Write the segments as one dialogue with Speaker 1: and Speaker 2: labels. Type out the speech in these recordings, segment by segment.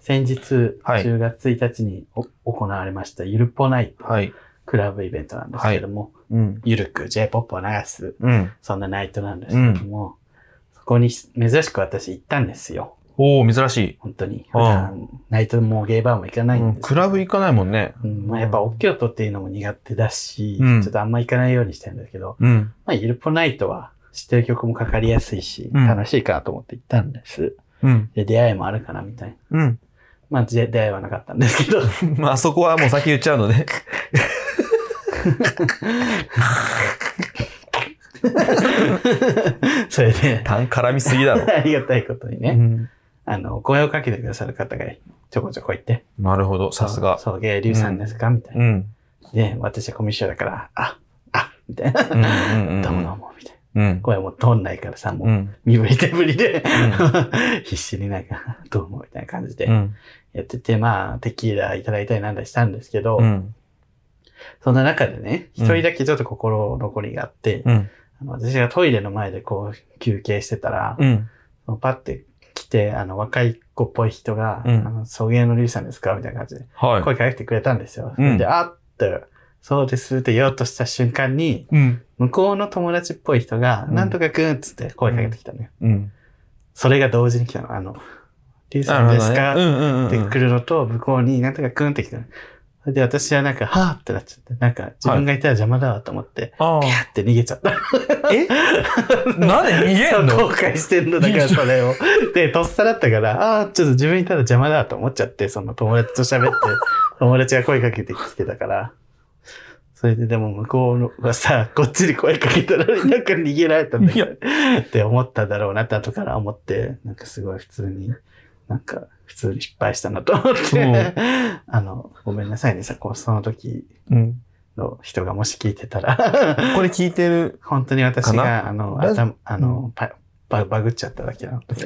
Speaker 1: 先日、
Speaker 2: はい
Speaker 1: 10月1日にお行われました、ゆるぽない
Speaker 2: はい。
Speaker 1: クラブイベントなんですけども、
Speaker 2: うん。
Speaker 1: ゆるく J-POP を流す、
Speaker 2: うん。
Speaker 1: そんなナイトなんですけども、そこにし珍しく私行ったんですよ。
Speaker 2: おー、珍しい。
Speaker 1: 本当に。
Speaker 2: う
Speaker 1: 普
Speaker 2: ん
Speaker 1: 段、ナイトもゲイバーも行かないん
Speaker 2: う
Speaker 1: ですけ
Speaker 2: ん
Speaker 1: ど
Speaker 2: クラブ行かないもんね。
Speaker 1: うんまあ、やっぱ大きい音っていうのも苦手だし、
Speaker 2: うん
Speaker 1: ちょっとあんま行かないようにしてるんだけど、
Speaker 2: うん。
Speaker 1: まあ、ゆるぽないとは知ってる曲もかかりやすいし、
Speaker 2: うん
Speaker 1: 楽しいかなと思って行ったんです。
Speaker 2: うん。
Speaker 1: で、出会いもあるかなみたいな。
Speaker 2: うん。
Speaker 1: まあ、じゃ出会いはなかったんですけど、
Speaker 2: まあ、そこはもう先言っちゃうの ね。
Speaker 1: それで、
Speaker 2: 単絡みすぎだろ。
Speaker 1: ありがたいことに
Speaker 2: う
Speaker 1: ね、
Speaker 2: ん
Speaker 1: あの、声をかけてくださる方がちょこちょこいて、
Speaker 2: なるほど、さすが。
Speaker 1: そう、そう芸流さんですか、みたいうな。
Speaker 2: ん。
Speaker 1: で、私はコミュ障だから、あ、あ、みたいな。
Speaker 2: うんうんうんうん
Speaker 1: どうもどうも、みたいな。
Speaker 2: うん。
Speaker 1: 声も通んないからさ、もう
Speaker 2: う、ん。
Speaker 1: 身振り手振りで、 必死になんか、どうもみたいな感じで
Speaker 2: うん。
Speaker 1: やってて、まあ、テキーラいただいたりなんだりしたんですけど、
Speaker 2: うん。
Speaker 1: そんな中でね、
Speaker 2: うん
Speaker 1: 一人だけちょっと心残りがあって、
Speaker 2: うん。
Speaker 1: あの私がトイレの前でこう休憩してたら、
Speaker 2: うん。
Speaker 1: パッて来て、あの、若い子っぽい人が、
Speaker 2: うん
Speaker 1: あの、送迎のリュウさんですかみたいな感じで、
Speaker 2: は
Speaker 1: 声かけてくれたんですよ。
Speaker 2: うん
Speaker 1: で、あって、そうですって言おうとした瞬間に、
Speaker 2: い。うん。
Speaker 1: 向こうの友達っぽい人が、
Speaker 2: うん
Speaker 1: なんとかくんっつって声かけてきたのよ。
Speaker 2: うん。
Speaker 1: それが同時に来たの。あの、リュウさんですか、
Speaker 2: なるほどねうんうんうん。
Speaker 1: ってくるのと、向こうになんとかクンって来たの。それで私はなんか、はぁってなっちゃって、なんか自分がいたら邪魔だわと思って、
Speaker 2: あ
Speaker 1: ピャーって逃げちゃった。
Speaker 2: あ。 えなんで逃げん
Speaker 1: そう
Speaker 2: の
Speaker 1: 後悔してんの だからそれを。で、とっさだったから、あーちょっと自分いたら邪魔だわと思っちゃって、その友達と 喋って、友達が声かけてきてたから。それででも向こうのがさ、こっちに声かけたらなんか逃げられたんだけど、って思ったんだろうなって後から思って、なんかすごい普通に、なんか普通に失敗したなと思って、
Speaker 2: うん
Speaker 1: あの、ごめんなさいね、さ、こうその時
Speaker 2: うん。
Speaker 1: の人がもし聞いてたら、
Speaker 2: これ聞いてる。
Speaker 1: 本当に私
Speaker 2: か
Speaker 1: が、あの、
Speaker 2: だ
Speaker 1: 頭、あの、パババグっちゃっただけなの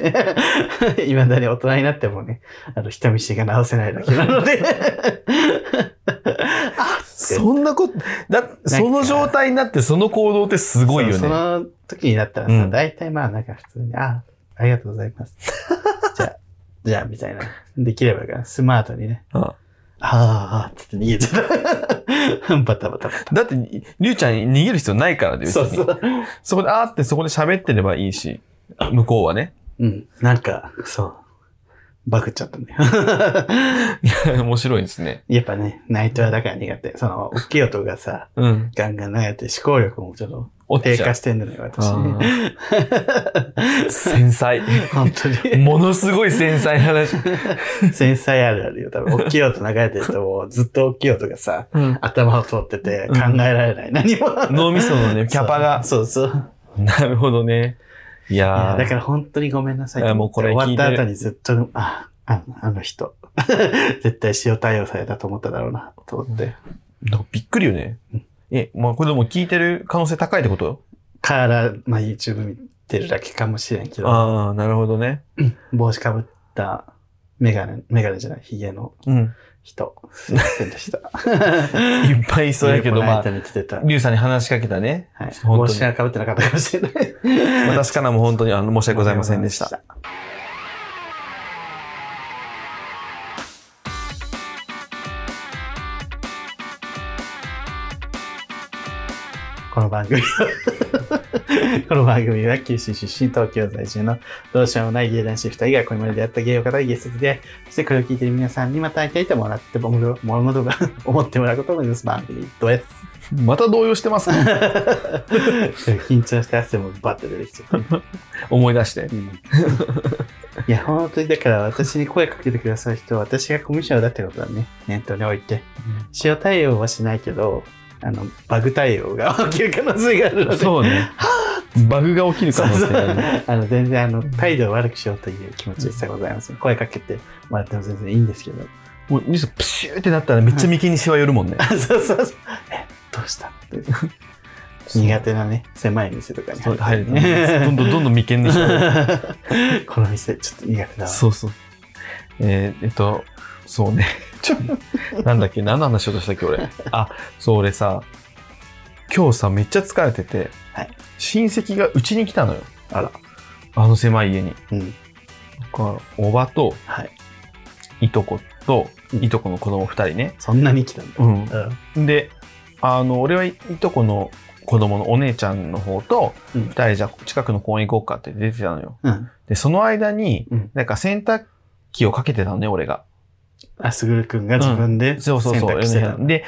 Speaker 1: で、いまだに大人になってもね、あの、人見知りが治せないだけなので、あ
Speaker 2: そんなこと、だ、その状態になってその行動って すごいよ
Speaker 1: そうそ
Speaker 2: ね。
Speaker 1: の時になったら
Speaker 2: う
Speaker 1: さ、
Speaker 2: ん
Speaker 1: 大体まあなんか普通に、あ、ありがとうございます。 じゃあ、じゃあ、みたいな。できればいいから、スマートにね、
Speaker 2: うん
Speaker 1: あーあー、つって逃げちゃった。 バタバタバタ。
Speaker 2: だって、りゅうちゃんに逃げる必要ないからで、別
Speaker 1: そう
Speaker 2: に
Speaker 1: そう。
Speaker 2: そこで、あーってそこで喋ってればいいし、向こうはね。
Speaker 1: うん。なんか、そう。バグっちゃったんだよ。
Speaker 2: 面白いですね。
Speaker 1: やっぱね、ナイトはだから苦手。その、大きい音がさ、
Speaker 2: うん。
Speaker 1: ガンガン流れて思考力もちょっと
Speaker 2: おっ
Speaker 1: 低
Speaker 2: ちゃ
Speaker 1: 下
Speaker 2: ん。
Speaker 1: してんのよ、私。
Speaker 2: あー繊細。
Speaker 1: 本当に。
Speaker 2: ものすごい繊細な話。
Speaker 1: 繊細あるあるよ。多分、大きい音流れてるともう、ずっと大きい音がさ、頭を通ってて考えられない。何も。
Speaker 2: 脳みそのね、キャパが。
Speaker 1: そうそうそう。
Speaker 2: なるほどね。い
Speaker 1: いや
Speaker 2: や
Speaker 1: だ
Speaker 2: ー
Speaker 1: から本当にごめんなさ
Speaker 2: いや
Speaker 1: い。
Speaker 2: もうこれ聞
Speaker 1: 終わ
Speaker 2: い
Speaker 1: ってた
Speaker 2: る
Speaker 1: 後にずっと、あ、ああの人。 絶対塩対応されたと思っただろうな、と思って。
Speaker 2: なんかびっくりよね。え、まあこれでも聞いてる可能性高いってこと
Speaker 1: から、まあ YouTube 見てるだけかもしれんけど。
Speaker 2: ああ、なるほどね。
Speaker 1: 帽子かぶったメガネ、メガネじゃない、ヒゲの
Speaker 2: うん。
Speaker 1: 人。すいませんでした。
Speaker 2: いっぱいい そうやけど、ま
Speaker 1: ナイト
Speaker 2: あ、
Speaker 1: に来てた。は
Speaker 2: リュウさんに話しかけたね。
Speaker 1: い、
Speaker 2: 当に
Speaker 1: 帽子がかぶってなかったかもしれない。
Speaker 2: 私からも本当にあの申し訳ございませんでした。。
Speaker 1: この番組は この番組は九州出身東京在住のどうしようもない芸男子2人がこれまで出会った芸を語りゲストでそしてこれを聞いている皆さんにまた会いたいともらっても らもらうが思ってもらうことを目指す番組です。
Speaker 2: また動揺してますか
Speaker 1: 緊張して汗もバッと出てきちゃう。
Speaker 2: 思い出して。
Speaker 1: いや、本当にだから私に声かけてくださる人は私がコミュ障だってことだね。念頭に置いて。塩対応はしないけど、あの、バグ対応が起きる可能性があるので。
Speaker 2: そうね。バグが起きる
Speaker 1: そ
Speaker 2: 可
Speaker 1: う
Speaker 2: 能
Speaker 1: そ
Speaker 2: 性
Speaker 1: う
Speaker 2: がある。
Speaker 1: あの、全然、あの、態度を悪くしようという気持ち一切ございません。声かけてもらっても全然いいんですけど。
Speaker 2: もうニュースプシューってなったらめっちゃ眉間にシワ寄るもんね。
Speaker 1: あそうそうそう。え、どうしたって苦手なね、狭い店とかに
Speaker 2: そう
Speaker 1: 入
Speaker 2: 入
Speaker 1: る
Speaker 2: ると ねどんどんどんどん眉間にシワ寄る。
Speaker 1: この店、ちょっと苦手だわ。
Speaker 2: そうそう。えーえっと、そうね。 ちょなんだっけ何の話しようとしたっけ俺。あ、そう俺さ、今日さ、めっちゃ疲れてて、
Speaker 1: はい
Speaker 2: 親戚がうちに来たのよ。
Speaker 1: あら。
Speaker 2: あの狭い家に。
Speaker 1: うん。
Speaker 2: だからおばと
Speaker 1: はい。
Speaker 2: いとこと、いとこの子供二人ね。
Speaker 1: そんなに来たんだ。
Speaker 2: うん
Speaker 1: うん。
Speaker 2: で、あの、俺はいいとこの子供のお姉ちゃんの方と、
Speaker 1: うん
Speaker 2: 二人じゃ近くの公園行こうかって出てたのよ。
Speaker 1: うん。
Speaker 2: で、その間に
Speaker 1: うん、
Speaker 2: なんか洗濯機をかけてたのね、俺が。
Speaker 1: あ、すぐるくんが自分で洗
Speaker 2: そうそうそう。
Speaker 1: 濯してたんだ。
Speaker 2: で、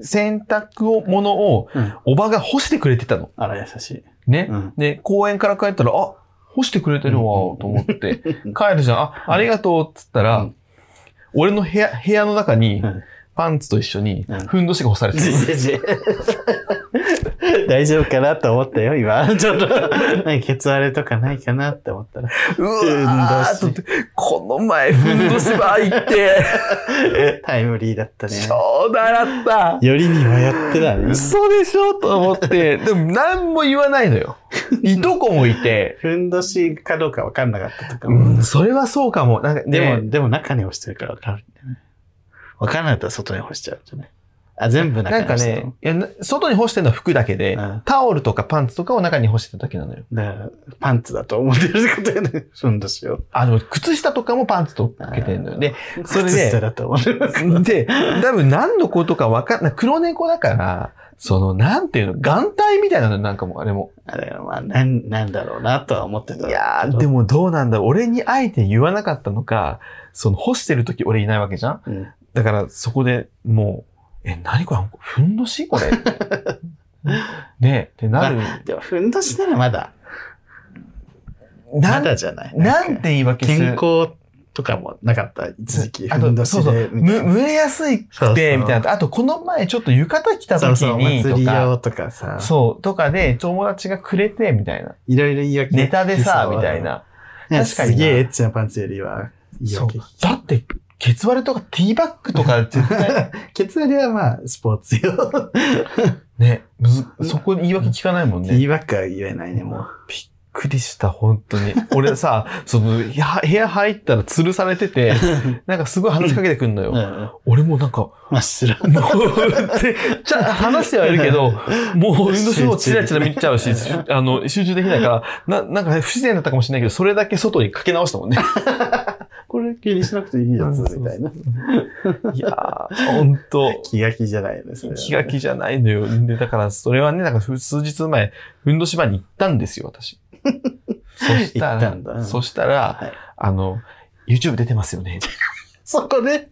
Speaker 2: 洗濯を、ものを、
Speaker 1: うん。
Speaker 2: おばが干してくれてたの。
Speaker 1: あら、優しい。
Speaker 2: ね。
Speaker 1: うん。
Speaker 2: で、公園から帰ったら、あ、干してくれて
Speaker 1: う
Speaker 2: るわ
Speaker 1: ん、
Speaker 2: と思って、帰るじゃん。あ、ありがとう、っつったら、
Speaker 1: うん
Speaker 2: 俺の部屋、部屋の中に
Speaker 1: うん、
Speaker 2: パンツと一緒に
Speaker 1: うん、
Speaker 2: ふんどしが干されて る。
Speaker 1: 大丈夫かなと思ったよ、今。ちょっと、なんかケツ荒れとかないかなって思ったら。
Speaker 2: うわーっと思って、この前、ふんどしば いって、
Speaker 1: タイムリーだったね。
Speaker 2: 超習った。
Speaker 1: よりに迷ってたね。
Speaker 2: 嘘でしょと思 って、でも何も言わないのよ。いとこもいて、
Speaker 1: ふんどしかどうか分かんなかったとか
Speaker 2: う
Speaker 1: も。
Speaker 2: ん、それはそうかも。なんか
Speaker 1: でも、
Speaker 2: ね
Speaker 1: でも中に干してるから分かるんだよね。分かんなかったら外に干しちゃうじゃない。あ、全部中
Speaker 2: な
Speaker 1: に
Speaker 2: んか
Speaker 1: 干して
Speaker 2: ね、いやな外に干してるのは服だけで、
Speaker 1: うん
Speaker 2: タオルとかパンツとかを中に干してただけなのよ。
Speaker 1: だから、パンツだと思ってるってことよね。ふんどしを。
Speaker 2: あの、靴下とかもパンツとかけてるのよ。で、それで
Speaker 1: 靴下だと思ってる。
Speaker 2: で、多分何のことかわかんない。黒猫だから、その、なんていうの、眼帯みたいなのなんかも、あれも。
Speaker 1: あだからまあ、なん、なんだろうなとは思ってた。
Speaker 2: いやー、でもどうなんだろう。俺にあえて言わなかったのか、その、干してる時俺いないわけじゃん
Speaker 1: うん、
Speaker 2: だから、そこでもう、え、何これふんど しこれ。ねえ、ってなる。
Speaker 1: でも、ふんどしならまだ、
Speaker 2: な
Speaker 1: ま
Speaker 2: ん
Speaker 1: だじゃない。
Speaker 2: なんて言い訳す
Speaker 1: 健
Speaker 2: る
Speaker 1: 康とかもなかった、一時期。
Speaker 2: あ
Speaker 1: ふん
Speaker 2: と、
Speaker 1: ど
Speaker 2: そう
Speaker 1: し
Speaker 2: そう
Speaker 1: で、、みた
Speaker 2: む、
Speaker 1: いな。
Speaker 2: 蒸れやすい
Speaker 1: そうそう
Speaker 2: くて、みたいな。あと、この前ちょっと浴衣着た時
Speaker 1: そう
Speaker 2: に、
Speaker 1: そう、祭り
Speaker 2: とか
Speaker 1: 用とかさ、
Speaker 2: そう、とかで、友達がくれて、みたいな。
Speaker 1: いろいろ言い訳。
Speaker 2: ネタでさ、みたい。な。
Speaker 1: ね
Speaker 2: 確かにな
Speaker 1: すげえエッチなパンツよりは、言い
Speaker 2: そう
Speaker 1: 訳。。
Speaker 2: だって、ケツ割れとかティーバッグとか 絶対、
Speaker 1: ケツ割りはまあ、スポーツ用。
Speaker 2: ね、むず、そこに言い訳聞かないもんね。
Speaker 1: 言
Speaker 2: びっ
Speaker 1: い訳は言えないね、もう。
Speaker 2: くりした、本当に。 俺さ、その、部屋部屋入ったら吊るされ てて、なんかすごい話しかけてくん の
Speaker 1: うんう
Speaker 2: よ。
Speaker 1: ん
Speaker 2: 俺もうなんか、も
Speaker 1: 真っ白。
Speaker 2: う、ってちゃ、話してはいるけど、もう、運動すもチラチラ見ちゃうし、あの、集中できないから、な、なんか不自然だったかもしれないけど、それだけ外にかけ直したもんね。
Speaker 1: これ気にしなくていいやつ、みたいな。
Speaker 2: いやー、ほんと。
Speaker 1: 気が気じゃないですね。
Speaker 2: 気が気じゃないのよ。 で、だから、それはね、なんかふ数日前、ふんどし場に行ったんですよ、 私。そしたら、
Speaker 1: 行ったんだ
Speaker 2: そしたら、
Speaker 1: はい
Speaker 2: あの、YouTube 出てますよね。
Speaker 1: そこで、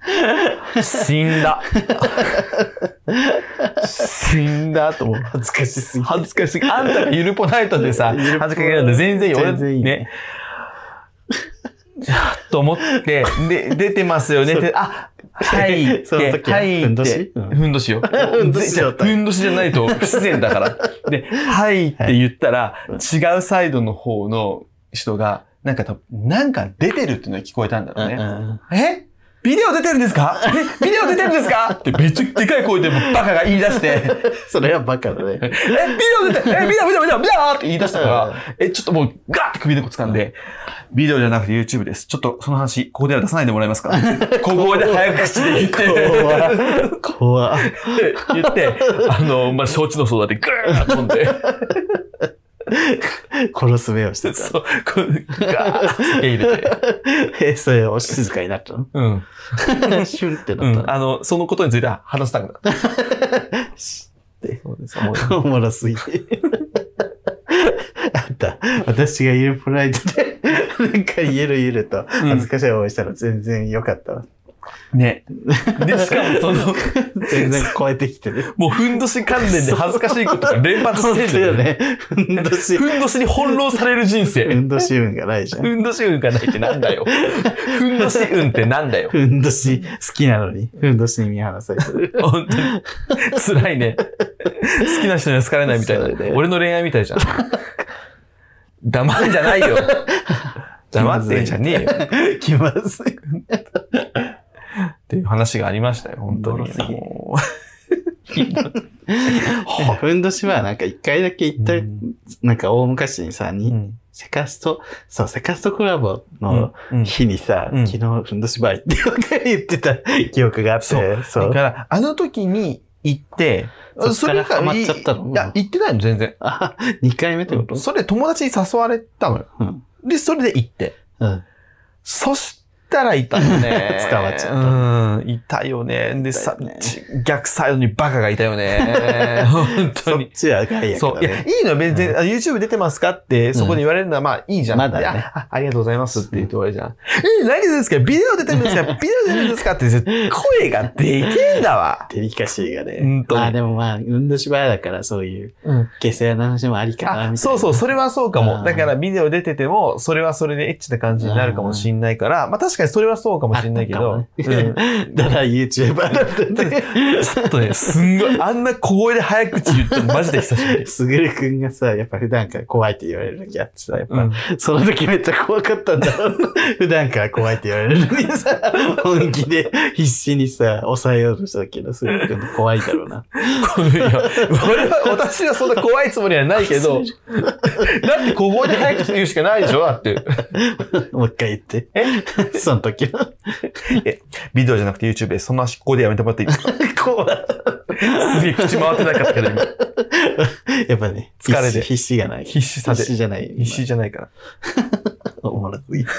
Speaker 2: 死んだ。死んだと思う。
Speaker 1: 恥ずかしすぎ。
Speaker 2: 恥ずかしすぎ。あんたがゆるぽないとでさ、
Speaker 1: ゆる
Speaker 2: 恥ず
Speaker 1: ぽ
Speaker 2: かしげなんで全然いい。俺、
Speaker 1: 全然いい
Speaker 2: ね。じゃあ、と思って、で、出てますよねって、あ、はいっ て、
Speaker 1: その時は
Speaker 2: はいって、
Speaker 1: ふんどしうん
Speaker 2: ふんどしよ。
Speaker 1: ふんどしよ
Speaker 2: ふんどしじゃないと不自然だ から。で、はいって言ったら、違うサイドの方の人が、なんか多分、なんか出てるっていうのが聞こえたんだろうね。えビデオ出てるんですかえビデオ出てるんですかってめっちゃでかい声でもうバカが言い出 して。
Speaker 1: それはバカだね。
Speaker 2: え、ビデオ出てえ、ビデオ、ビデオ、ビデオ、ビデオって言い出したから、え、ちょっともうガーって首のこ掴んで、ビデオじゃなくて YouTube です。ちょっとその話、ここでは出さないでもらえ ますかここで早口で言って、
Speaker 1: 怖怖
Speaker 2: 言って、あの、まあ、承知の相談でグーッ飛んで、
Speaker 1: 殺す目をしてた。
Speaker 2: そう、こうガーッって入れて、
Speaker 1: え、 それ、お静かになったの
Speaker 2: うん。
Speaker 1: シュンって
Speaker 2: う
Speaker 1: なった
Speaker 2: ん。
Speaker 1: の
Speaker 2: あの、そのことについては話したくなった。そうです。もう
Speaker 1: おもろすぎて。 あった。私がゆるプライドで、なんかゆるゆると恥ずかしい思いしたら全然良かったわ。
Speaker 2: ね。で、しかもその、
Speaker 1: 全然超えてきてる。
Speaker 2: もうふんどし関連で恥ずかしいことが連発
Speaker 1: 本
Speaker 2: して
Speaker 1: 当
Speaker 2: るんだ
Speaker 1: よ
Speaker 2: よね。
Speaker 1: ね。ふんどし、
Speaker 2: ふんどしに翻弄される人
Speaker 1: ふ
Speaker 2: 生。
Speaker 1: んどし運がないじゃん。
Speaker 2: ふんどし運がないってなんだよ。ふんどし運ってなんだよ。
Speaker 1: ふんどし好きなのに、ふんどしに見放されてる。
Speaker 2: 本当に。辛いね。好きな人には好かれないみたいな
Speaker 1: そうだ。よね
Speaker 2: 俺の恋愛みたいじゃん。黙んじゃない よ。黙ってんじゃねえよ。
Speaker 1: 気まずい。
Speaker 2: っていう話がありましたよ、本当
Speaker 1: おも
Speaker 2: に
Speaker 1: ろす。ぎ
Speaker 2: もう
Speaker 1: ふんどしはなんか一回だけ行った、
Speaker 2: うん
Speaker 1: なんか大昔にさ、に、
Speaker 2: うん
Speaker 1: セカスト、そう、セカストコラボの
Speaker 2: うん
Speaker 1: 日にさ、
Speaker 2: うん
Speaker 1: 昨日ふんどしバイってよく言ってた記憶があって、
Speaker 2: そ
Speaker 1: そう。
Speaker 2: だから、あの時に行って、
Speaker 1: そっからハマっちゃったの
Speaker 2: それ以外いや、行ってないの、全然。
Speaker 1: あ、2回目ってこと
Speaker 2: それ友達に誘われたのよ。
Speaker 1: うん。
Speaker 2: で、それで行って。
Speaker 1: うん。。
Speaker 2: そしったらいたよ ね
Speaker 1: 捕まっちゃった
Speaker 2: うん。いたよね。で、さ
Speaker 1: いたよね、
Speaker 2: ち逆サイドにバカがいたよね。 本当
Speaker 1: そっ
Speaker 2: に。
Speaker 1: ちは害悪
Speaker 2: そ
Speaker 1: だ
Speaker 2: う。いや、い
Speaker 1: ね。
Speaker 2: いのよ別に、あ YouTube 出てますかって、そこに言われるのは、まあ、いいじゃん。
Speaker 1: まだね
Speaker 2: いやあ。ありがとうございますって言って終わりじゃん。え、何ですかビデオ出てるんですかビデオ出てるんですかって、声がでけえんだわ。
Speaker 1: デリカシーがね。
Speaker 2: うんと
Speaker 1: まあでもまあ、運動芝居だからそういう、下世話の話もありかな、みたい
Speaker 2: あ
Speaker 1: な。
Speaker 2: そうそう、それはそうか
Speaker 1: う
Speaker 2: も。
Speaker 1: ん
Speaker 2: だからビデオ出てても、それはそれでエッチな感じになるかもしんないから、まあ確かにそれはそうかもしんないけ
Speaker 1: あっ
Speaker 2: ど、
Speaker 1: たかもねだから YouTuber だったんで。
Speaker 2: うんちょっとね、すんごい、あんな小声で早口言ってのマジで久しぶり。
Speaker 1: すぐるくんがさ、やっぱ普段から怖いって言われる時あってさ、やっぱ、
Speaker 2: うん
Speaker 1: その時めっちゃ怖かったんだろう な。普段から怖いって言われるのにさ、本気で必死にさ、抑えようとしたけど、すぐるくんも怖いだろうな。
Speaker 2: このいや俺は、私はそんな怖いつもりはないけ ど、だって小声で早口言うしかないでしょだ って。
Speaker 1: もう一回言って。その時の。
Speaker 2: ビデオじゃなくて YouTube で、その足ここでやめてもらっていい ですか
Speaker 1: 怖い。
Speaker 2: すげえ口回ってなかったけど、今
Speaker 1: やっぱね、
Speaker 2: 疲れて
Speaker 1: 必死必死がない。
Speaker 2: 必死さ
Speaker 1: 必
Speaker 2: で。
Speaker 1: 死じゃない。
Speaker 2: 必死じゃないから。
Speaker 1: おもろすぎて。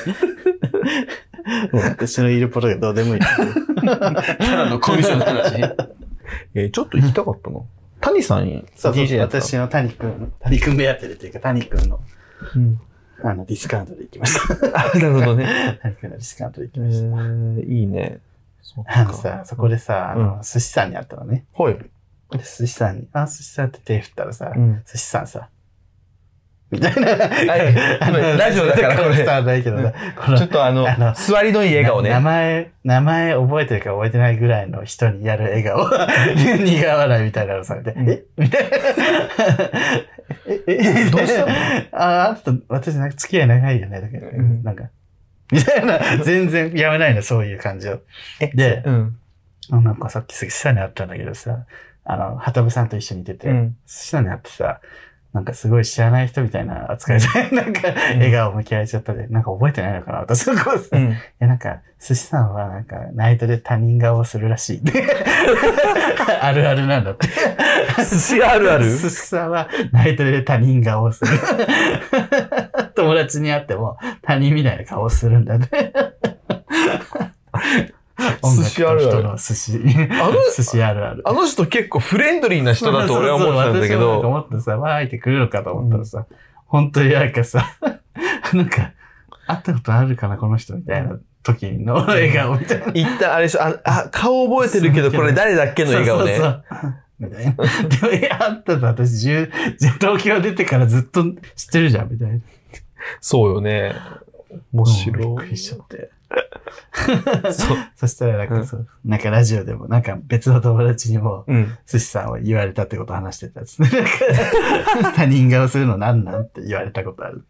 Speaker 1: もう私のいることがどうでもいい。
Speaker 2: ただのコミュ障の話。 えーちょっと行きたかったな。谷さんに
Speaker 1: そうそう
Speaker 2: DJ やってた
Speaker 1: 私の谷くん、谷くん目当てでというか、谷くんの
Speaker 2: うん
Speaker 1: あのディスカウントで行きました。
Speaker 2: あ、なるほどね。
Speaker 1: 谷くんのディスカウントで行
Speaker 2: え
Speaker 1: きました。
Speaker 2: ーいいね。そっ
Speaker 1: あのさ、そこでさ、あ
Speaker 2: う
Speaker 1: の、寿司さんに会ったのね。
Speaker 2: はい。
Speaker 1: で寿司さんに、あ、寿司さんって手振ったらさ、
Speaker 2: うん
Speaker 1: 寿司さんさ、みたいな。
Speaker 2: いごめんラジオだからこれ
Speaker 1: 伝わらないけどさ、この
Speaker 2: ちょっとあの
Speaker 1: あの、
Speaker 2: 座りのいい笑顔
Speaker 1: な名
Speaker 2: ね。
Speaker 1: 前、名前覚えてるか覚えてないぐらいの人にやる笑 顔。 苦笑いみたいなのされて、
Speaker 2: うん
Speaker 1: え みたいな。え、え、
Speaker 2: どうしたの
Speaker 1: あ、あなた、私なんか付き合い長いよね。だけど、
Speaker 2: うん
Speaker 1: なんか、みたいな、全然やめないの、そういう感じを。で、
Speaker 2: うん。
Speaker 1: あなんかさっき寿司さんに会ったんだけどさ、あの、畑部さんと一緒にいてて、
Speaker 2: うん。
Speaker 1: 寿司さんに会ってさ、なんかすごい知らない人みたいな扱いで、なんか笑顔向きられちゃったで、なんか覚えてないのかな私のこ
Speaker 2: う
Speaker 1: い
Speaker 2: ん。
Speaker 1: や、なんか、寿司さんはなんか、ナイトで他人顔をするらしいって。あるあるなんだって。
Speaker 2: 寿司あるある
Speaker 1: 寿司さんはナイトで他人顔をする。友達に会っても他人みたいな顔をするんだって。
Speaker 2: 寿司あるある
Speaker 1: 音楽と人の寿司。
Speaker 2: あの、
Speaker 1: 寿司あるある。
Speaker 2: あの人結構フレンドリーな人だと俺は思ってたんだ
Speaker 1: そうそう
Speaker 2: け
Speaker 1: そう私もなんか
Speaker 2: ど、
Speaker 1: 思ってさ、わーいって来るのかと思ったらさ、本当になんかさ、なんか、会ったことあるかな、この人みたいな時の笑顔みたいな。
Speaker 2: 一旦あれでしょ、あ、あ顔覚えてるけど、これ誰だっけの笑顔
Speaker 1: そ
Speaker 2: ね。
Speaker 1: うそうそうみたいな。でも、いや、あったの私、10東京出てからずっと知ってるじゃん、みたいな。
Speaker 2: そうよね。
Speaker 1: う
Speaker 2: 面
Speaker 1: んび
Speaker 2: 白
Speaker 1: っく
Speaker 2: い
Speaker 1: り。しちゃって。
Speaker 2: そう。
Speaker 1: そしたら、なんかそう、なんかラジオでも、なんか別の友達にも、
Speaker 2: うん。
Speaker 1: 寿司さんは言われたってことを話してたやつね。 なんか他人顔するのなんなんって言われたことある。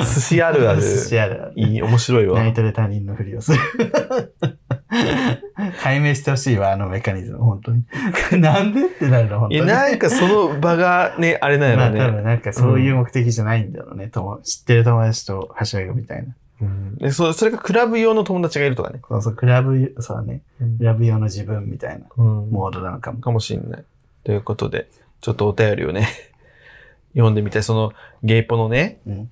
Speaker 2: 寿司 あるある。
Speaker 1: 寿司あるある。
Speaker 2: いい、面白いわ
Speaker 1: ナ。イトで他人のふりをする。解明してほしいわ、あのメカニズム、本当に。 なんでってなるの、本当
Speaker 2: え、
Speaker 1: に。
Speaker 2: なんかその場がね、あれなん
Speaker 1: ま
Speaker 2: や
Speaker 1: あ、多
Speaker 2: ろね。
Speaker 1: 分なんかそういう目的じゃないんだろうね。とも知ってる友達とはしゃぐみたいな。
Speaker 2: うんでそそれがクラブ用の友達がいるとかね。
Speaker 1: そうそう、クラブ、そうだね。
Speaker 2: うん
Speaker 1: クラブ用の自分みたいな
Speaker 2: も
Speaker 1: モードなのか
Speaker 2: う
Speaker 1: も。
Speaker 2: かもしんない。ということで、ちょっとお便りをね、 読んでみたい。その、ゲイポのね、
Speaker 1: うん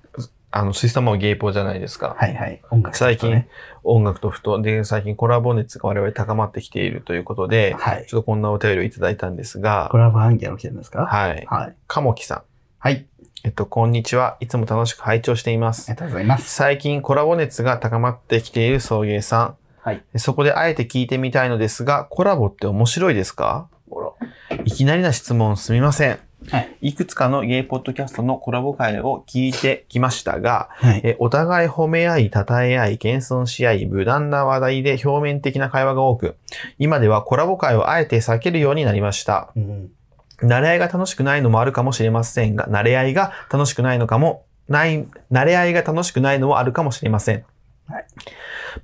Speaker 2: あの、シスタマはゲイポじゃないですか。
Speaker 1: はいはい。音楽と
Speaker 2: 最
Speaker 1: ね
Speaker 2: 近、音楽とふと、で、最近コラボ熱が我々高まってきているということで、
Speaker 1: はい。
Speaker 2: ちょっとこんなお便りをいただいたんですが
Speaker 1: コ、ラボ半径の件ですか
Speaker 2: はい。
Speaker 1: はい。
Speaker 2: かもきさん。
Speaker 1: はい。
Speaker 2: えっと、こんにちは。いつも楽しく拝聴しています
Speaker 1: あり。がとうございます。
Speaker 2: 最近コラボ熱が高まってきている送迎さん。
Speaker 1: はい
Speaker 2: そこであえて聞いてみたいのですが、コラボって面白いですか
Speaker 1: おろ
Speaker 2: いきなりな質問すみません。
Speaker 1: はい。
Speaker 2: いくつかのゲイポッドキャストのコラボ会を聞いてきましたが、
Speaker 1: はい。
Speaker 2: えお互い褒め合い、称え合い、謙遜し合い、無断な話題で表面的な会話が多く、今ではコラボ会をあえて避けるようになりました。
Speaker 1: うん。
Speaker 2: 慣れ合いが楽しくないのもあるかもしれませんが、慣れ合いが楽しくないのかも、ない、慣れ合いが楽しくないのもあるかもしれません。
Speaker 1: はい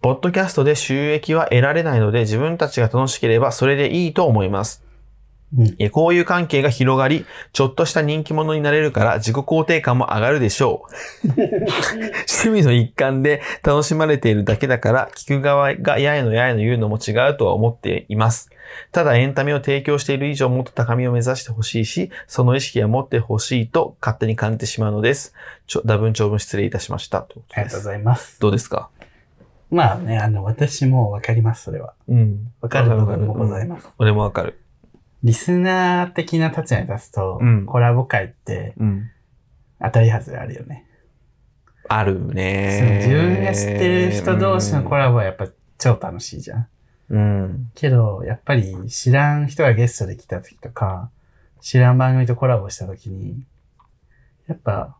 Speaker 2: ポッドキャストで収益は得られないので、自分たちが楽しければそれでいいと思います。
Speaker 1: うん
Speaker 2: えこういう関係が広がり、ちょっとした人気者になれるから自己肯定感も上がるでしょう。 趣味の一環で楽しまれているだけだから、聞く側がやえのやえの言うのも違うとは思っています。ただエンタメを提供している以上もっと高みを目指してほしいし、その意識は持ってほしいと勝手に感じてしまうのです。ちょ、多分長文失礼いたしました。
Speaker 1: ありがとうございます。
Speaker 2: どうですか
Speaker 1: まあね、あの、私もわかります、それは。
Speaker 2: うん。
Speaker 1: わかる部分もございます。
Speaker 2: 俺もわかる。
Speaker 1: リスナー的な立場に立つと、
Speaker 2: うん
Speaker 1: コラボ会って
Speaker 2: うん。
Speaker 1: 当たり外れあるよね。
Speaker 2: あるね。
Speaker 1: その自分が知ってる人同士のコラボはやっぱ超楽しいじゃん。
Speaker 2: うん。
Speaker 1: けど、やっぱり知らん人がゲストで来た時とか、知らん番組とコラボした時に、やっぱ、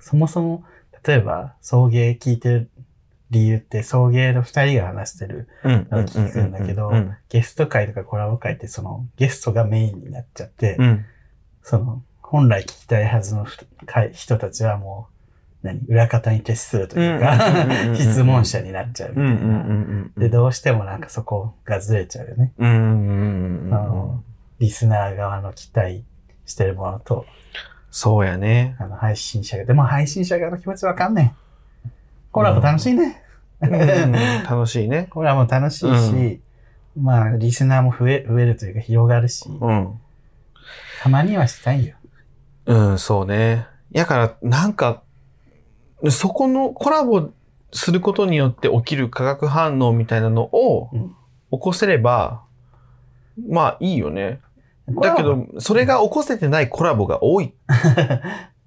Speaker 1: そもそも、例えば、送迎聞いてる理由って、送迎の二人が話してる
Speaker 2: うん。
Speaker 1: のを聞くんだけど
Speaker 2: うん。
Speaker 1: ゲスト会とかコラボ会って、その、ゲストがメインになっちゃって、
Speaker 2: うん。
Speaker 1: その、本来聞きたいはずのふ会人たちはもう、何、裏方に徹するというか
Speaker 2: うんうんうんうんう、ん
Speaker 1: 質問者になっちゃうみ
Speaker 2: う
Speaker 1: たい
Speaker 2: ん。う
Speaker 1: な。
Speaker 2: ん。うん。
Speaker 1: で、どうしてもなんかそこがずれちゃうよね。
Speaker 2: うん。うん。
Speaker 1: あ
Speaker 2: うん。
Speaker 1: の、リスナー側の期待してるものと、
Speaker 2: そうやね。
Speaker 1: あの、配信者が、でも配信者側の気持ちわかんねえ。コラボ楽しいね。
Speaker 2: 楽しいね。
Speaker 1: コラボ楽しいし、まあ、リスナーも増え、増えるというか広がるし、
Speaker 2: うん。
Speaker 1: たまにはしたいよ。
Speaker 2: うん、そうね。やから、なんか、そこのコラボすることによって起きる化学反応みたいなのを
Speaker 1: うん
Speaker 2: 起こせれば、まあいいよね。だけ
Speaker 1: コラボ、
Speaker 2: ど、それが起こせてないコラボが多い。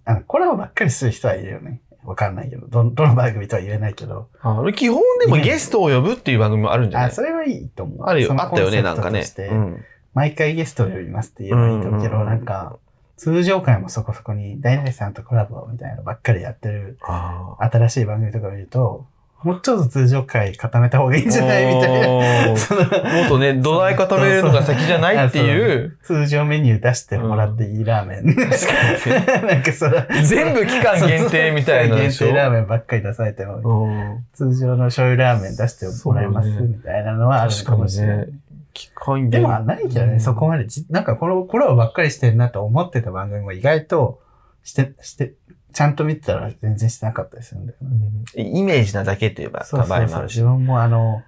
Speaker 1: あのコラボばっかりする人はいるよね。わかんないけど、ど、どの番組とは言えないけど、
Speaker 2: あ基本でもゲストを呼ぶっていう番組もあるんじゃな
Speaker 1: あ、
Speaker 2: い
Speaker 1: それはいいと思う。
Speaker 2: ある
Speaker 1: そ
Speaker 2: よ、
Speaker 1: の
Speaker 2: あったよね、
Speaker 1: コ
Speaker 2: な
Speaker 1: ン
Speaker 2: ん
Speaker 1: セプ
Speaker 2: か
Speaker 1: トと
Speaker 2: ね
Speaker 1: して。
Speaker 2: うん
Speaker 1: 毎回ゲストを呼びますって言えばいいと思うけど、
Speaker 2: うんうんうん
Speaker 1: なんか、通常回もそこそこに、ダイナイさんとコラボみたいなのばっかりやってる
Speaker 2: あ
Speaker 1: 新しい番組とかを見ると、もうちょっと通常回固めた方がいいんじゃないみたいな。
Speaker 2: な
Speaker 1: その
Speaker 2: もっ とね、土台固めるのが先じゃないっていう、
Speaker 1: 通常メニュー出してもらっていいラーメン。 なんかその、
Speaker 2: 全部期間限定みたいなんで
Speaker 1: 限
Speaker 2: しょ
Speaker 1: 定。ラーメンばっかり出されても、
Speaker 2: うん
Speaker 1: 通常の醤油ラーメン出してもらえます
Speaker 2: そうね
Speaker 1: みたいなのはあるのかもしれない。
Speaker 2: 確かに期間限
Speaker 1: でもないけどね、そこまでじ、なんかこのコラボばっかりしてるなと思ってた番組も意外と、して、して、ちゃんと見てたら全然してなかったりするんだよね。
Speaker 2: イメージなだけって言えば、
Speaker 1: そう
Speaker 2: 場合
Speaker 1: そう
Speaker 2: も
Speaker 1: そ
Speaker 2: あ
Speaker 1: う。
Speaker 2: る
Speaker 1: 自
Speaker 2: し。
Speaker 1: 分もあの、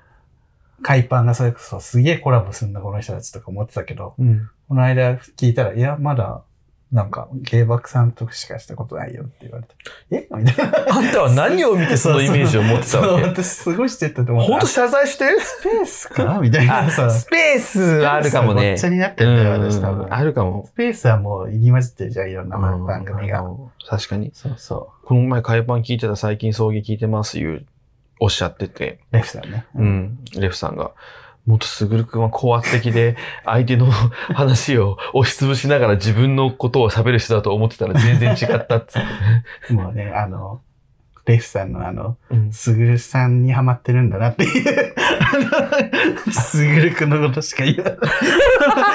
Speaker 1: 海パンがそれこそすげえコラボすんな、この人たちとか思ってたけど、
Speaker 2: うん
Speaker 1: この間聞いたら、いや、まだ、なんか、芸爆さんとしかしたことないよって言われて、えみたいな。
Speaker 2: あんたは何を見てそのイメージを持ってた
Speaker 1: そう、
Speaker 2: わけ
Speaker 1: 私すごいしてたと思
Speaker 2: ほん
Speaker 1: っ
Speaker 2: と
Speaker 1: た。
Speaker 2: 謝罪して
Speaker 1: スペースかみたいな。そう
Speaker 2: スペースあるかも
Speaker 1: ごっ
Speaker 2: ね
Speaker 1: ち。ゃになって
Speaker 2: う
Speaker 1: るんだよ、私多分。
Speaker 2: んあるかも。
Speaker 1: スペースはもう入り混じってるじゃん、いろんな
Speaker 2: うん
Speaker 1: 番組が。
Speaker 2: あの確かに。
Speaker 1: そうそ
Speaker 2: この前、海パン聞いてた、最近葬儀聞いてます、いう、おっしゃってて。
Speaker 1: う。レフさんね。
Speaker 2: う。ん、レフさんが。もっとすぐるくんは高圧的 で、相手の話を押しつぶしながら自分のことを喋る人だと思ってたら全然違ったっつって。
Speaker 1: もうね、あの、レフさんのあの、
Speaker 2: うん
Speaker 1: すぐるさんにハマってるんだなって いう。あのすぐるくんのことしか言わ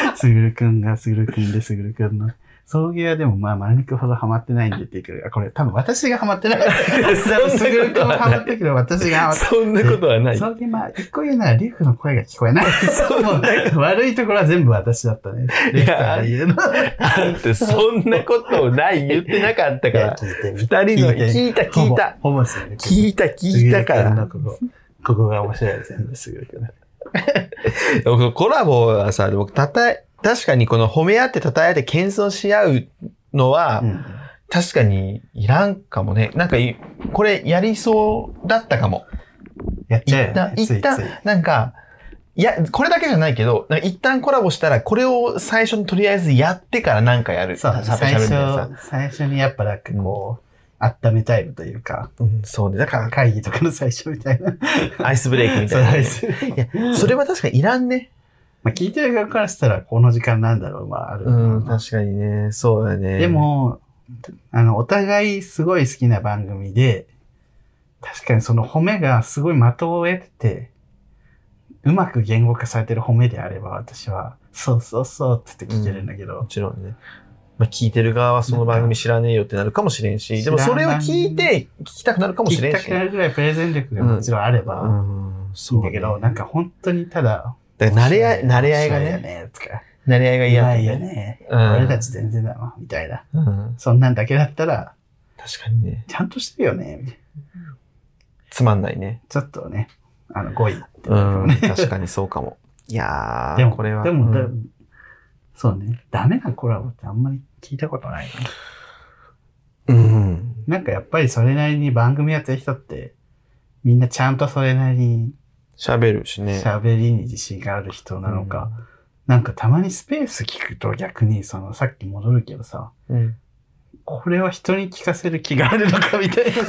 Speaker 1: ない。すぐるくんがすぐるくんで、すぐるくんの。送迎はでもまあ、マルニクほどハマってないんでって言うけど、これ多分私がハマって ない。多分すぐるくんもハマってるけど、私がハマって
Speaker 2: そんなことはない。
Speaker 1: 送迎まあ、一個言うなら、リフの声が聞こえ ない。もう悪いところは全部私だったね。リフさんが言うの。
Speaker 2: あんた、そんなことない、言ってなかったから。
Speaker 1: 聞いてみ
Speaker 2: 二人の、聞いた、聞いた。
Speaker 1: ほぼ、ほぼすぐるくん
Speaker 2: 聞いた、聞いたか
Speaker 1: 杉浦君
Speaker 2: ら。
Speaker 1: のここここが面白いですね、すぐるくん。
Speaker 2: 僕コラボはさ、僕、たたえ、確かにこの褒め合って、たたえ合って、謙遜し合うのは、確かにいらんかもね。なんかい、これやりそうだったかも。
Speaker 1: やっちゃえ
Speaker 2: 一旦、一旦、なんか、いや、これだけじゃないけど、なんか一旦コラボしたら、これを最初にとりあえずやってからなんかやる。
Speaker 1: そう、
Speaker 2: しゃべ
Speaker 1: 最
Speaker 2: しゃべるみたいなさ
Speaker 1: 初、最初にやっぱなんかこう、温めタイムというか、
Speaker 2: うんそうね。だから、
Speaker 1: 会議とかの最初みたいな。
Speaker 2: アイスブレイクみ
Speaker 1: そ
Speaker 2: た
Speaker 1: う
Speaker 2: いな
Speaker 1: で
Speaker 2: ね。
Speaker 1: すね
Speaker 2: いや、それは確かにいらんね。
Speaker 1: まあ聞いてる側からしたら、この時間なんだろう、まあある。
Speaker 2: うん、確かにね。そうだね。
Speaker 1: で、も、あの、お互いすごい好きな番組で、確かにその褒めがすごい的を得てて、うまく言語化されてる褒めであれば私は、そうそうそうって言って聞けるんだけど、
Speaker 2: もちろんね。まあ、聞いてる側はその番組知らねえよってなるかもしれんし、でもそれを聞いて聞きたくなるかもし
Speaker 1: 聞
Speaker 2: れ
Speaker 1: き
Speaker 2: ん
Speaker 1: た
Speaker 2: し
Speaker 1: く
Speaker 2: ね、
Speaker 1: なるぐらいプレゼン力がもちろんあれば、
Speaker 2: うん、
Speaker 1: いい
Speaker 2: そ
Speaker 1: ん
Speaker 2: うね
Speaker 1: だけど、なんか本当にただ、
Speaker 2: だから慣れ合い、慣れ合いが
Speaker 1: 面白
Speaker 2: ね、
Speaker 1: よねとか、
Speaker 2: 慣れ合いが
Speaker 1: う
Speaker 2: 嫌
Speaker 1: ま
Speaker 2: だ
Speaker 1: いよ
Speaker 2: ね。
Speaker 1: ね。
Speaker 2: うん
Speaker 1: 俺たち全然だわ、みたいな。
Speaker 2: うん、
Speaker 1: そんなんだけだったら、
Speaker 2: 確かにね。
Speaker 1: ちゃんとしてるよね、みたいな。
Speaker 2: つまんないね。
Speaker 1: ちょっとね、あの、5位っていう
Speaker 2: う
Speaker 1: か
Speaker 2: ん
Speaker 1: ね、
Speaker 2: 確かにそうか も。いやー、
Speaker 1: でも、
Speaker 2: これは。
Speaker 1: でも、だ
Speaker 2: うん
Speaker 1: そうね、ダメなコラボってあんまり聞いたことないな。
Speaker 2: うん。
Speaker 1: なんかやっぱりそれなりに番組やってる人って、みんなちゃんとそれなりに
Speaker 2: 喋るしね。
Speaker 1: 喋りに自信がある人なのか、なんかたまにスペース聞くと逆にそのさっき戻るけどさ、
Speaker 2: うん。。
Speaker 1: これは人に聞かせる気があるのかみたいな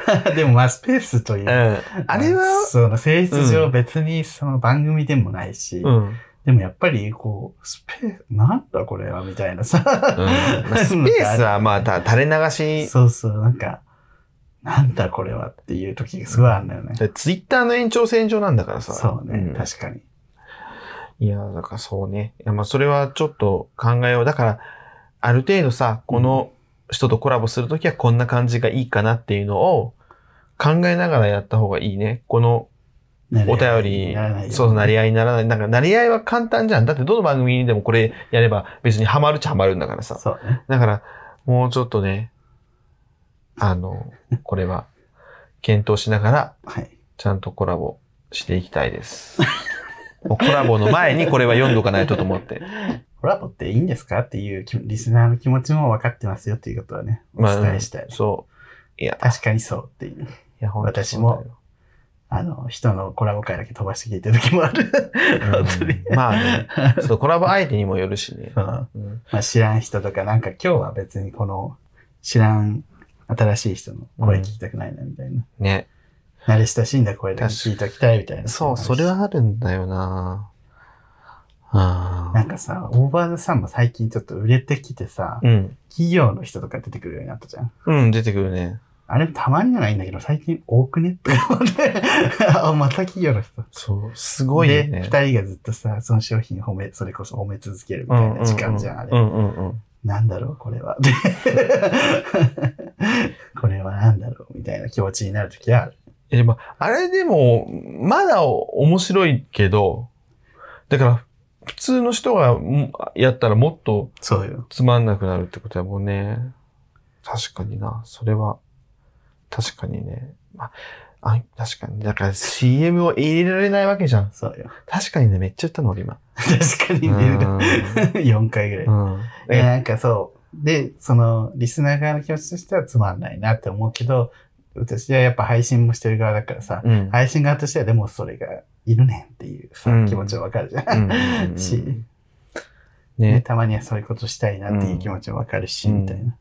Speaker 1: さ、でもまあスペースといううん
Speaker 2: あれ
Speaker 1: ま
Speaker 2: は、
Speaker 1: その性質
Speaker 2: う
Speaker 1: 上
Speaker 2: ん
Speaker 1: 別にその番組でもないし、
Speaker 2: うん。うん
Speaker 1: でもやっぱりこう、スペース、なんだこれはみたいなさ、
Speaker 2: まあスペースはまあた垂れ流し、
Speaker 1: そうそう、なんか、なんだこれはっていう時がすごいあるんだよね。
Speaker 2: ツイッターの延長線上なんだからさ。
Speaker 1: そうね、
Speaker 2: ん
Speaker 1: 確かに。
Speaker 2: いや、だからそうね。いやまあ、それはちょっと考えよう。だから、ある程度さ、この人とコラボするときはこんな感じがいいかなっていうのを考えながらやった方がいいね。このお便り
Speaker 1: ならない、よ
Speaker 2: そう、なり合いにならない。なんか、なり合いは簡単じゃん。だって、どの番組にでもこれやれば別にハマるっちゃハマるんだからさ。
Speaker 1: そうね。
Speaker 2: だから、もうちょっとね、あの、これは、検討しながら、
Speaker 1: はい。
Speaker 2: ちゃんとコラボしていきたいです。もうコラボの前にこれは読んどかないとと思って。
Speaker 1: コラボっていいんですかっていうきリスナーの気持ちも分かってますよっていうことはね、 お
Speaker 2: まあ
Speaker 1: 伝えしたい。
Speaker 2: そう。いや、
Speaker 1: 確かにそうっていう。
Speaker 2: いや本当
Speaker 1: 私もあの、人のコラボ会だけ飛ばして聞いてる時もある。
Speaker 2: そうだ よ
Speaker 1: 本当に。
Speaker 2: うんまあね、ちょっとコラボ相手にもよるしね
Speaker 1: う。ん
Speaker 2: うん
Speaker 1: まあ、知らん人とか、なんか今日は別にこの、知らん新しい人の声聞きたくないなみたいな。
Speaker 2: ね。
Speaker 1: 慣れ親しんだ声だけ聞いときたいみたいな。
Speaker 2: そう、それはあるんだよな。あ
Speaker 1: なんかさ、オーバーザさんも最近ちょっと売れてきてさ、
Speaker 2: うん。
Speaker 1: 企業の人とか出てくるようになったじゃん。
Speaker 2: うん、出てくるね。
Speaker 1: あれたまにならいいんだけど、最近多くねとか思って、 あ、また企業の人。
Speaker 2: そう、すごいよ
Speaker 1: で、
Speaker 2: ね。
Speaker 1: 二人がずっとさ、その商品褒め、それこそ褒め続けるみたいな時間じゃん、あ
Speaker 2: う
Speaker 1: れ。
Speaker 2: んうんうん。
Speaker 1: なんだろう、これは。で これはなんだろう、みたいな気持ちになるときはある。
Speaker 2: え、まあ、あれでも、まだ面白いけど、だから、普通の人がもやったらもっと
Speaker 1: そうよ。
Speaker 2: つまんなくなるってことやもんね。確かにな。それは、確かにね。まあ、あ確かに。だから CM を入れられないわけじゃん。
Speaker 1: そうよ。
Speaker 2: 確かにね、めっちゃ言ったの、俺今。
Speaker 1: 確か
Speaker 2: う
Speaker 1: にね、
Speaker 2: ん。
Speaker 1: 4回ぐらい。
Speaker 2: うん
Speaker 1: で、なんかそう。で、その、リスナー側の気持ちとしてはつまんないなって思うけど、私はやっぱ配信もしてる側だからさ、
Speaker 2: うん。
Speaker 1: 配信側と してはでもそれがいるねんっていうさ、
Speaker 2: うん
Speaker 1: 気持ちはわかるじゃ。
Speaker 2: う んんうん
Speaker 1: し、ね
Speaker 2: ね。
Speaker 1: たまにはそういうことしたいなっていう気持ちもわかるし、
Speaker 2: うん
Speaker 1: みたいな。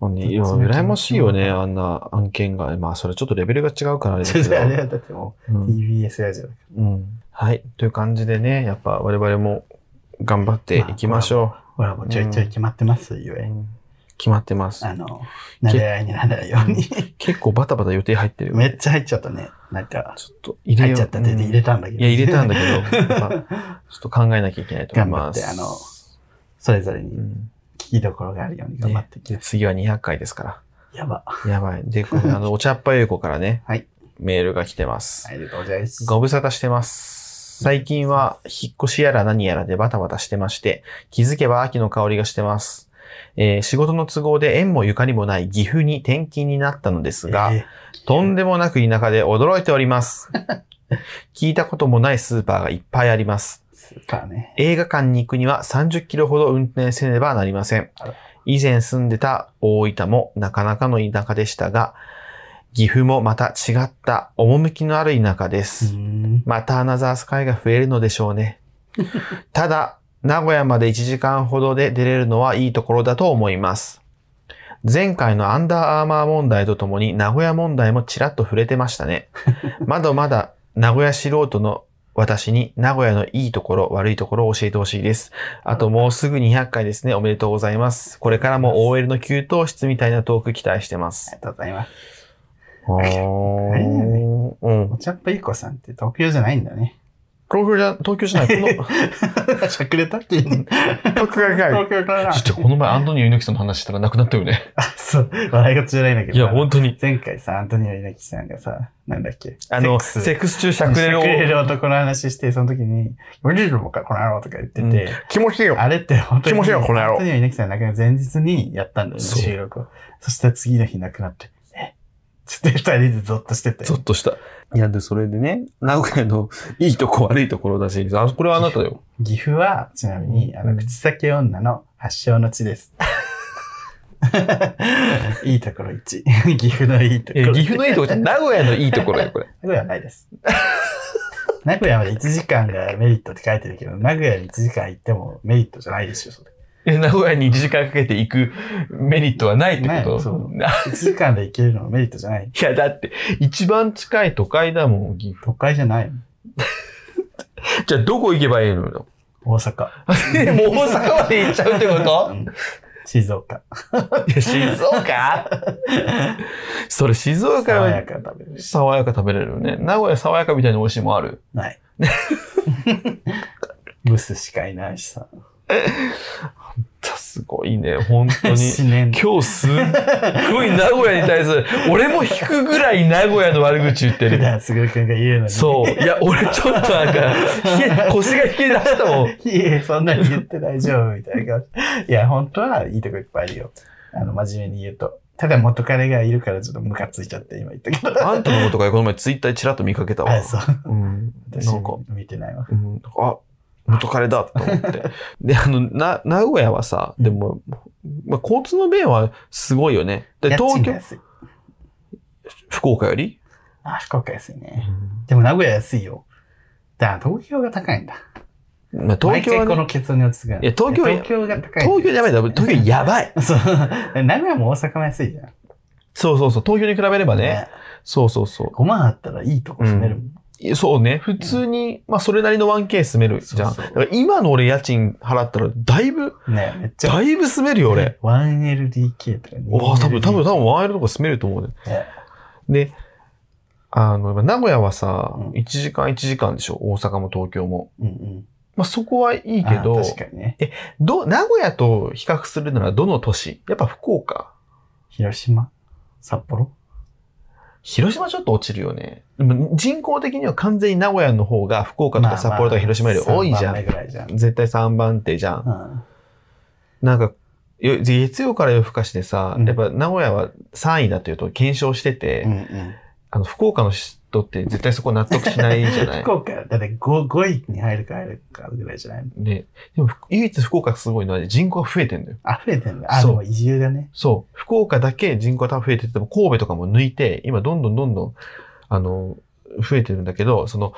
Speaker 2: 本当にいや羨ましいよね、あんな案件が。まあ、それちょっとレベルが違うからあれだ
Speaker 1: ちょっ
Speaker 2: けど
Speaker 1: とあれはだっても
Speaker 2: う
Speaker 1: う、
Speaker 2: ん
Speaker 1: TBS ラジオだか
Speaker 2: うん。はい。という感じでね、やっぱ我々も頑張っていきましょ
Speaker 1: ら、ほらもうちょいちょい決まってます、ゆ
Speaker 2: う。
Speaker 1: え。
Speaker 2: うん決まってます
Speaker 1: あ。の、慣れ合いにならないように。
Speaker 2: 結構バタバタ予定入ってる よ。
Speaker 1: めっちゃ入っちゃったね。なんか、
Speaker 2: ちょっと入
Speaker 1: 入
Speaker 2: れよ
Speaker 1: っ
Speaker 2: う
Speaker 1: ちゃったって入れたんだけ
Speaker 2: う
Speaker 1: ど。
Speaker 2: んいや、入れたん だけど、やっぱ
Speaker 1: ど。
Speaker 2: ちょっと考えなきゃいけないと思います。
Speaker 1: 頑張それぞれに
Speaker 2: うん
Speaker 1: 聞きどころがあるように頑張っ
Speaker 2: ね
Speaker 1: ていき
Speaker 2: で
Speaker 1: ます。
Speaker 2: 次は200回です か
Speaker 1: やば。あ
Speaker 2: ら。やばい。で、このあの、お茶っ葉ゆう子からね、
Speaker 1: はい
Speaker 2: メールが来てます。
Speaker 1: りがとうございます。
Speaker 2: ご無沙汰してます。最近は引っ越しやら何やらでバタバタしてまして、気づけば秋の香りがしてます。えー仕事の都合で縁もゆかりもない岐阜に転勤になったのですが、
Speaker 1: え
Speaker 2: とんでもなく田舎で驚いております。 聞いたこともないスーパーがいっぱいあります。
Speaker 1: ースーパーね。
Speaker 2: 映画館に行くには30キロほど運転せねばなりません
Speaker 1: あら。
Speaker 2: 以前住んでた大分もなかなかの田舎でしたが、岐阜もまた違った趣のある田舎で
Speaker 1: う
Speaker 2: す。
Speaker 1: ーん。
Speaker 2: またアナザースカイが増えるのでしょうね。ただ、名古屋まで1時間ほどで出れるのはいいところだと思います。前回のアンダーアーマー問題とともに名古屋問題もちらっと触れてましたね。まだまだ名古屋素人の私に名古屋のいいところ、悪いところを教えてほしいです。あともうすぐ200回ですね。おめでとうございます。これからも OL の給湯室みたいなトーク期待してま
Speaker 1: あり
Speaker 2: す。
Speaker 1: がとうございます。
Speaker 2: おー。うん
Speaker 1: お。茶っぱゆうこさんって東京じゃないんだね。
Speaker 2: 東京じゃ、東京じゃない。こ の、
Speaker 1: しゃくれたっていうね。
Speaker 2: 東京が
Speaker 1: 東京からな。
Speaker 2: ちょっとこの前アントニオ猪木さんの話したら亡くなったよね。
Speaker 1: あ、そう。笑い事じゃないんだけど。
Speaker 2: いや、本当に。
Speaker 1: 前回さ、アントニオ猪木さんがさ、なんだっけ。
Speaker 2: あの、
Speaker 1: セックス
Speaker 2: セックス中しゃくれ
Speaker 1: しゃくれ
Speaker 2: る
Speaker 1: る男の話して、その時に、無理もか、この野郎とか言ってて、
Speaker 2: 気持ちいいよ。
Speaker 1: あれって本当に、
Speaker 2: 気持ちいいよこの野郎
Speaker 1: アントニオ猪木さん亡くなる前日にやったんだよね、
Speaker 2: そう
Speaker 1: 収録を。そしたら次の日亡くなって、えちょっと二人でゾッとしてて。
Speaker 2: ゾッとした。いや、で、それでね、名古屋の いいとこ悪いところだし、あ、これはあなたよ。
Speaker 1: 岐阜は、ちなみに、あ
Speaker 2: う
Speaker 1: の、
Speaker 2: ん
Speaker 1: 口先女の発祥の地です。 いいところ1。岐阜のいいとこ
Speaker 2: え
Speaker 1: ろ。
Speaker 2: 岐阜のいいとこじゃ ん、名古屋のいいところよ、これ。
Speaker 1: 名古屋はないです。名古屋まで1時間がメリットって書いてるけど、名古屋に1時間行ってもメリットじゃないですよ、それ。
Speaker 2: え 名古屋に1時間かけて行くメリットは ないって
Speaker 1: ない
Speaker 2: こ
Speaker 1: そ
Speaker 2: と
Speaker 1: う1時間で行けるのはメリットじゃない。
Speaker 2: いや、だって、一番近い都会だもん、岐阜。
Speaker 1: 都会じゃない。
Speaker 2: じゃあ、どこ行けばいいのよ。
Speaker 1: 大阪。
Speaker 2: えもう大阪まで行っちゃうってこ
Speaker 1: う
Speaker 2: と
Speaker 1: ん静岡。
Speaker 2: いや静岡 それ、静
Speaker 1: 爽
Speaker 2: 岡
Speaker 1: や
Speaker 2: は
Speaker 1: か食べる。
Speaker 2: 爽やか食べれるよね。名古屋爽やかみたいに美味しいもんある。
Speaker 1: ない。 ブスしかいないしさ。
Speaker 2: すごいね、本当に。
Speaker 1: 思念。
Speaker 2: 今日すっごい名古屋に対する、俺も引くぐらい名古屋の悪口言って
Speaker 1: 普
Speaker 2: る。
Speaker 1: 段すぐくんが言うのに。
Speaker 2: そう。いや、俺ちょっとなんか、ひえ腰が引け出したもん。
Speaker 1: いえ、そんなに言って大丈夫みたいな顔していや、本当はいいとこいっぱいあるよ。あの、真面目に言うと。ただ元彼がいるからちょっとムカついちゃって今言ったけど。
Speaker 2: あんたのことがこの前ツイッターでチラッと見かけたわ。
Speaker 1: あ、そう。
Speaker 2: うん。
Speaker 1: 私
Speaker 2: なんか、
Speaker 1: 見てないわ。
Speaker 2: うん、なんかあ、元彼だと思 って。で、あの、な、名古屋はさ、でも、まあ、交通の便はすごいよね。で、
Speaker 1: 家賃
Speaker 2: 東
Speaker 1: が
Speaker 2: 京、
Speaker 1: 安い。
Speaker 2: 福岡より、
Speaker 1: あ、福岡安いね。でも名古屋安いよ。だから東京が高いんだ。
Speaker 2: まあ、東京
Speaker 1: 毎回
Speaker 2: は
Speaker 1: こ
Speaker 2: ね、
Speaker 1: の結論に落ち着くの
Speaker 2: いや東京
Speaker 1: 東京が高い。
Speaker 2: 東京やばいだ、東京やばい。
Speaker 1: そう。名古屋も大阪も安いじゃん。
Speaker 2: そうそうそう、東京に比べればね。。そうそうそう。
Speaker 1: 5万あったらいいとこ住めるもん。
Speaker 2: いそうね。普通に、まあ、それなりの 1K 住めるじゃん。
Speaker 1: そうそう
Speaker 2: だから今の俺家賃払ったら、だいぶ、
Speaker 1: ねめっちゃ。
Speaker 2: だいぶ住めるよ、俺。。
Speaker 1: 1LDK とか
Speaker 2: おお多分、多分、多分、ワンエルとか住めると思うね。で、あの、まあ名古屋はさ、
Speaker 1: うん
Speaker 2: 1時間1時間でしょ大阪も東京も。
Speaker 1: うんうん。
Speaker 2: まあ、そこはいいけど
Speaker 1: あ、確かにね。
Speaker 2: ど、名古屋と比較するならどの都市やっぱ福岡。
Speaker 1: 広島札幌
Speaker 2: 広島ちょっと落ちるよね。でも人口的には完全に名古屋の方が福岡とか札幌とか広島より多いじゃ
Speaker 1: 3
Speaker 2: ん。
Speaker 1: 番目ぐらいじゃん。
Speaker 2: 絶対3番手じゃん。
Speaker 1: うん
Speaker 2: なんか、よ月曜から夜更かしでさ、
Speaker 1: うん
Speaker 2: やっぱ名古屋は3位だというと検証してて、
Speaker 1: うんうん
Speaker 2: あの、福岡の人って絶対そこ納得しないじゃな い
Speaker 1: 福岡、だって 5, 五位に入るか入るかぐらいじゃないの
Speaker 2: ね。でも、ふ唯一福岡すごいのは人口が増えてんだよ。
Speaker 1: 溢れてんだ。あ、
Speaker 2: そう
Speaker 1: でも移住だね。
Speaker 2: そう。福岡だけ人口が増えてても、神戸とかも抜いて、今どんどんどんどん、あの、増えてるんだけど、その、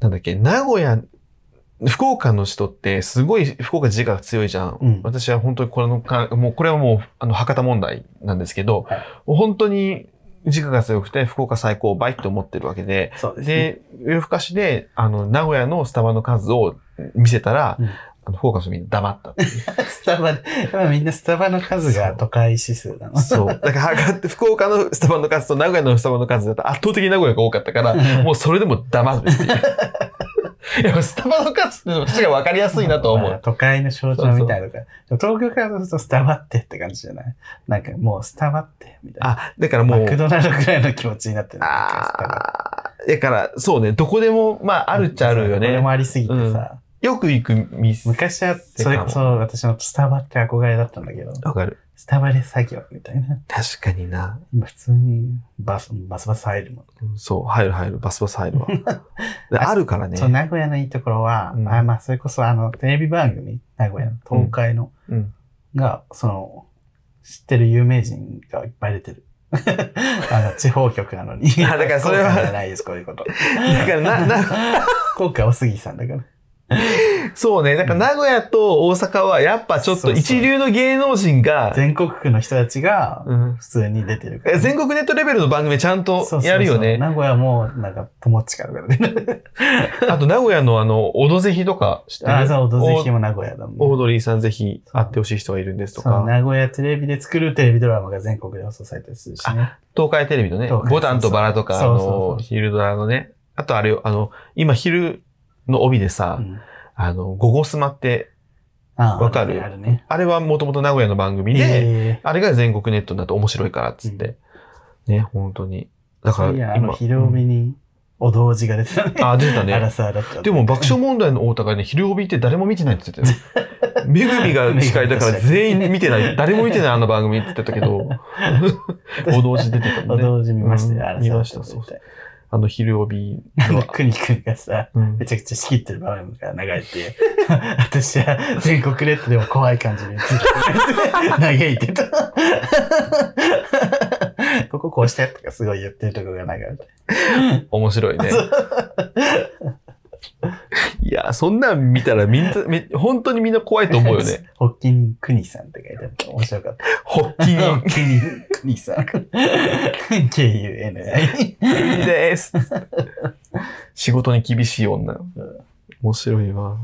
Speaker 2: なんだっけ、名古屋、福岡の人ってすごい福岡自我が強いじゃん。
Speaker 1: うん
Speaker 2: 私は本当にこれのか、もうこれはもうあの博多問題なんですけど、
Speaker 1: はい
Speaker 2: 本当に自我が強くて福岡最高倍って思ってるわけで、
Speaker 1: そうですね。
Speaker 2: で、夜更かしで、あの、名古屋のスタバの数を見せたら、
Speaker 1: うん
Speaker 2: あの福岡の人みんな黙った。
Speaker 1: スタバで、今みんなスタバの数が都会指数なの。
Speaker 2: そう。 だから、測って福岡のスタバの数と名古屋のスタバの数だと圧倒的に名古屋が多かったから、もうそれでも黙るって いう。いや、スタバの数って私が分かりやすいなと思
Speaker 1: まあ
Speaker 2: う。
Speaker 1: 都会の象徴みたいなのか。でも東京からするとスタバってって感じじゃないなんかもうスタバってみたいな。
Speaker 2: あ、だからも
Speaker 1: マク
Speaker 2: う、
Speaker 1: ドナルドぐらいの気持ちになってる。
Speaker 2: あーだから、そうね、どこでも、まあ、あるっちゃあるよ
Speaker 1: これも
Speaker 2: ね。
Speaker 1: ありすぎてさ。
Speaker 2: よく行く店。
Speaker 1: 昔は、それこそ私のスタバって憧れだったんだけど、
Speaker 2: わかる。
Speaker 1: スタバで作業みたいな。
Speaker 2: 確かにな。
Speaker 1: 今普通にバス、バスバス入るもん。
Speaker 2: うんそう、入る入る、バスバ ス入るわ。であるからね。
Speaker 1: そう、名古屋のいいところは、
Speaker 2: うん
Speaker 1: あまあ、それこそあの、テレビ番組、名古屋の東海の、
Speaker 2: うん
Speaker 1: が、その、知ってる有名人がいっぱい出てる。 あの、地方局なのに。
Speaker 2: あだからそれは
Speaker 1: 福岡じゃないです、こういうこと。
Speaker 2: だからな、な、
Speaker 1: 福岡は杉さんだから。
Speaker 2: そうね。だから名古屋と大阪はやっぱちょっと一流の芸能人が、
Speaker 1: 全国区の人たちが、
Speaker 2: うん
Speaker 1: 普通に出てるから、
Speaker 2: え全国ネットレベルの番組ちゃんと
Speaker 1: そうそうそう
Speaker 2: やるよね。
Speaker 1: 名古屋も、なんか、友近とか ね。
Speaker 2: あと名古屋のあの、オドぜひとか知ってる
Speaker 1: あ、そう、オドぜひも名古屋だもん。
Speaker 2: オードリーさんぜひ会ってほしい人がいるんですと
Speaker 1: その
Speaker 2: か、
Speaker 1: 名古屋テレビで作るテレビドラマが全国で放送されたりするしね。
Speaker 2: 東海テレビのね
Speaker 1: 東、海
Speaker 2: ボタンとバラとか、あ
Speaker 1: そうそうそう
Speaker 2: の、昼ドラのね、あとあれよ、あの、今昼の帯で
Speaker 1: う
Speaker 2: さ、
Speaker 1: ん
Speaker 2: あの、ゴゴスマって、
Speaker 1: ああ
Speaker 2: わかる
Speaker 1: あるね。
Speaker 2: あれはもともと名古屋の番組で、
Speaker 1: え
Speaker 2: あれが全国ネットになって面白いからっつって、ね、本当に。だ
Speaker 1: だ
Speaker 2: から
Speaker 1: や、
Speaker 2: 今、
Speaker 1: あの、昼帯に、お同時が出てたね。
Speaker 2: あ、出てたね。
Speaker 1: アラサーだった。
Speaker 2: でも爆笑問題の太田がね、昼帯って誰も見てないって言ってたよ。めぐみが司会だから全員見てない。誰も見てないあの番組って言ってたけど、お同時出てた
Speaker 1: お
Speaker 2: もんね。
Speaker 1: 同時見ましたよ、
Speaker 2: うん
Speaker 1: アラサー
Speaker 2: 見
Speaker 1: だ
Speaker 2: ま
Speaker 1: っ
Speaker 2: したた、そう
Speaker 1: み
Speaker 2: そ
Speaker 1: た
Speaker 2: う
Speaker 1: い。
Speaker 2: あの、昼帯
Speaker 1: あの、
Speaker 2: の。
Speaker 1: くにくんがさ、
Speaker 2: うん
Speaker 1: めちゃくちゃ仕切ってる場面が流れ て、私は全国ネットでも怖い感じにずっと嘆いてた。こここうしてとかすごい言ってるとこが流れて。
Speaker 2: 面白いね。 いや、そんなん見たらみんな、め本当にみんな怖い と思うよね。。
Speaker 1: ホッキンクニさんって書いてある面白かった。
Speaker 2: ホッキ
Speaker 1: ホ
Speaker 2: ン
Speaker 1: ッキンクニ さん。KUNI。
Speaker 2: です。仕事に厳しい女。面白いわ。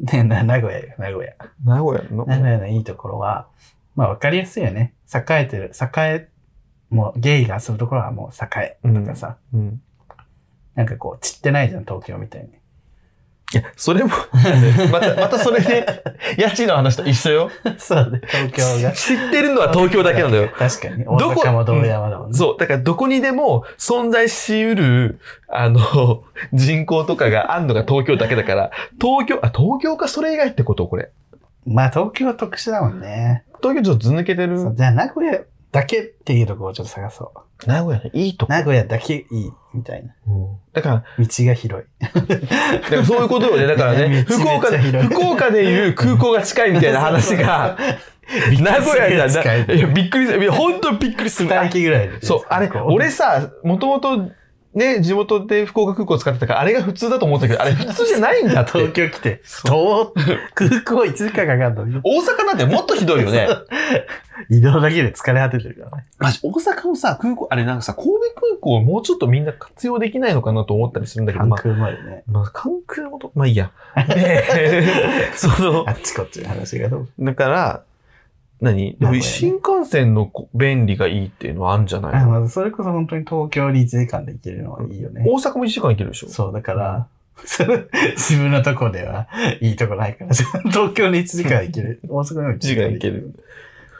Speaker 1: で、な 名古屋よ、名古屋。
Speaker 2: 名古屋の
Speaker 1: 名古屋のいいところは、まあ分かりやすいよね。栄えてる、栄え、もうゲイが遊ぶところはもう栄えとかさ、
Speaker 2: うん。
Speaker 1: なんかこう散ってないじゃん、東京み たいに。
Speaker 2: いや、それも、 また、またそれ で、家賃の話と一緒よ。
Speaker 1: そうね、東京 が。
Speaker 2: 知ってるのは東京だけなんだよ。
Speaker 1: 確かに。大
Speaker 2: どこ
Speaker 1: 阪も同山だもんね。
Speaker 2: そう。だから、どこにでも存在しうる、あの、人口とかがあんのが東京だけだから、東京、あ、東京かそれ以外ってことこれ。
Speaker 1: まあ東京は特殊だもんね。
Speaker 2: 東京ちょっとず抜けてる。
Speaker 1: そうじゃあ名古屋だけっていうところをちょっと探そ
Speaker 2: 名古屋のいいと
Speaker 1: う。名古屋だけいい、みたいな。
Speaker 2: こ。だから、
Speaker 1: 道が広い。
Speaker 2: だからそういうことよね。だから ね、
Speaker 1: めちゃめ
Speaker 2: 福
Speaker 1: ちゃ
Speaker 2: 岡で、
Speaker 1: 広い
Speaker 2: 福岡でいう空港が近いみたいな 話が、名古屋じゃな
Speaker 1: 近
Speaker 2: い。い
Speaker 1: い。
Speaker 2: や、びっくりする。いや、本当にびっくりする。
Speaker 1: 二駅ぐらいで
Speaker 2: そう、あれ、俺、さ、もともと、ね、地元で福岡空港使ってたから、あれが普通だと思ってたけど、あれ普通じゃないんだ っ
Speaker 1: 東京
Speaker 2: て。
Speaker 1: 来て、遠 空港1時間かかるのに。
Speaker 2: 大阪なんてもっとひどいよ ね。
Speaker 1: 移動だけで疲れ果ててるからね。
Speaker 2: マジ大阪のさ、空港、あれなんかさ、神戸空港をもうちょっとみんな活用できないのかなと思ったりするんだけど、
Speaker 1: 関
Speaker 2: まあ、
Speaker 1: 空までね。
Speaker 2: まあ、関空のこと、まあいい や。で その
Speaker 1: あ、っちこっちの話がどう
Speaker 2: だから、何でも
Speaker 1: 名古屋ね
Speaker 2: 新幹線のこ便利がいいっていうのはあるんじゃない
Speaker 1: あ
Speaker 2: の
Speaker 1: まずそれこそ本当に東京に1時間で行けるのはいいよね。
Speaker 2: 大阪も1時間行けるでしょ
Speaker 1: そう、だから、その自分のとこではいいとこないから、 東京に1時間行け る。大阪にも1
Speaker 2: 一時間行ける。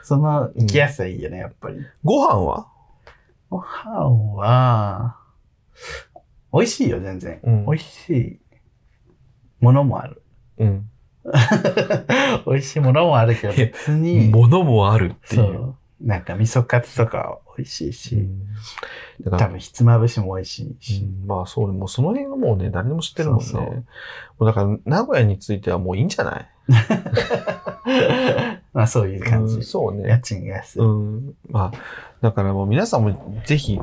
Speaker 1: その行きやすさいいよね、やっぱり。
Speaker 2: ご飯は
Speaker 1: ご飯は、美味しいよ、全然。
Speaker 2: うん
Speaker 1: 美味しいものもある。
Speaker 2: うん。
Speaker 1: 美味しいものもあるけど、
Speaker 2: いや
Speaker 1: 別に、
Speaker 2: 物もあるってい。
Speaker 1: そうう。なんか味噌カツとか美味しいし、
Speaker 2: うんだから
Speaker 1: 多分ひつまぶしも美味しいし。
Speaker 2: うんまあそうね。もうその辺はもうね、誰でも知ってるもんね。
Speaker 1: そうそう
Speaker 2: もうだから、名古屋についてはもういいんじゃない
Speaker 1: まあそういう感じ。
Speaker 2: うんそう
Speaker 1: 家
Speaker 2: ね。
Speaker 1: 賃が安い。
Speaker 2: うん。まあ、だからもう皆さんもぜひ、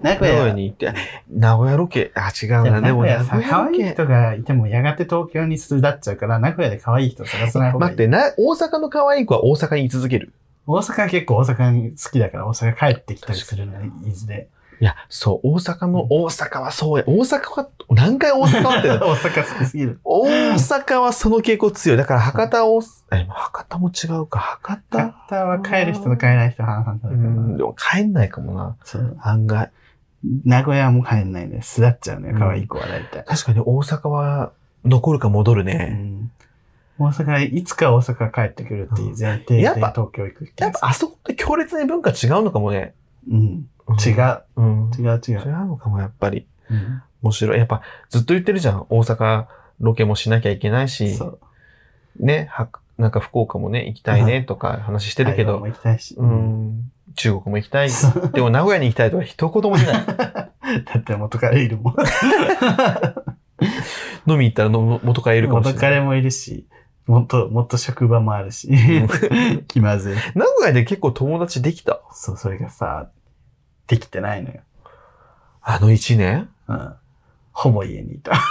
Speaker 1: 名
Speaker 2: 名
Speaker 1: 古
Speaker 2: 古屋
Speaker 1: 屋
Speaker 2: に行って、名古屋ロケ、あ、違う
Speaker 1: でも
Speaker 2: な。
Speaker 1: 名
Speaker 2: でも
Speaker 1: 古
Speaker 2: ね
Speaker 1: 屋さ、可愛い人がいてもやがて東京に巣立っちゃうから、名古屋で可愛い人探さない方がい
Speaker 2: 待
Speaker 1: い。
Speaker 2: って、な、大阪の可愛い子は大阪に居続ける。
Speaker 1: 大阪は結構大阪に好きだから、大阪帰ってきたりするのに、いず れ。
Speaker 2: いや、そう、大阪の、大阪はそうや。大阪は、何回大阪はって
Speaker 1: 大
Speaker 2: ん の
Speaker 1: 阪好きすぎる。
Speaker 2: 大阪はその傾向強い。だから博多を、え博多も違うか、博
Speaker 1: カ
Speaker 2: 多
Speaker 1: ッターは帰る人と帰らない人半々だか
Speaker 2: う
Speaker 1: ら
Speaker 2: ん、でも帰んないかもな。
Speaker 1: そう。
Speaker 2: 案外。
Speaker 1: 名古屋も帰んないね。巣立っちゃうね
Speaker 2: う。ん
Speaker 1: 可愛い子は大体。
Speaker 2: 確かに大阪は残るか戻る
Speaker 1: う
Speaker 2: ね。
Speaker 1: ん大阪、いつか大阪帰ってくるっていう前提で
Speaker 2: やっぱ
Speaker 1: 東京行くってい
Speaker 2: や
Speaker 1: う
Speaker 2: っぱあそこって強烈に文化違うのかもね。
Speaker 1: うん。違
Speaker 2: 違
Speaker 1: う。
Speaker 2: う。ん、
Speaker 1: 違う違
Speaker 2: 違う
Speaker 1: う。
Speaker 2: のかも、やっぱり。
Speaker 1: うん
Speaker 2: 面白い。やっぱずっと言ってるじゃん。大阪ロケもしなきゃいけないし
Speaker 1: そ、う。
Speaker 2: ね、はなんか福岡もね、行きたいねとか話してるけ
Speaker 1: 台湾
Speaker 2: ど
Speaker 1: も、行きたいし。
Speaker 2: う。ん、中国も行きたい。
Speaker 1: そう
Speaker 2: でも名古屋に行きたいとは一言も言 えない。
Speaker 1: だって元カレいるもん。
Speaker 2: 飲み行ったらの元からいるかもしれ
Speaker 1: 元カ
Speaker 2: ない。
Speaker 1: レもいるし、元、元職場もあるし、気まずい。
Speaker 2: 名古屋で結構友達できた。
Speaker 1: そう、それがさ、できてないのよ。
Speaker 2: あの1年
Speaker 1: うん。ほぼ家にいた。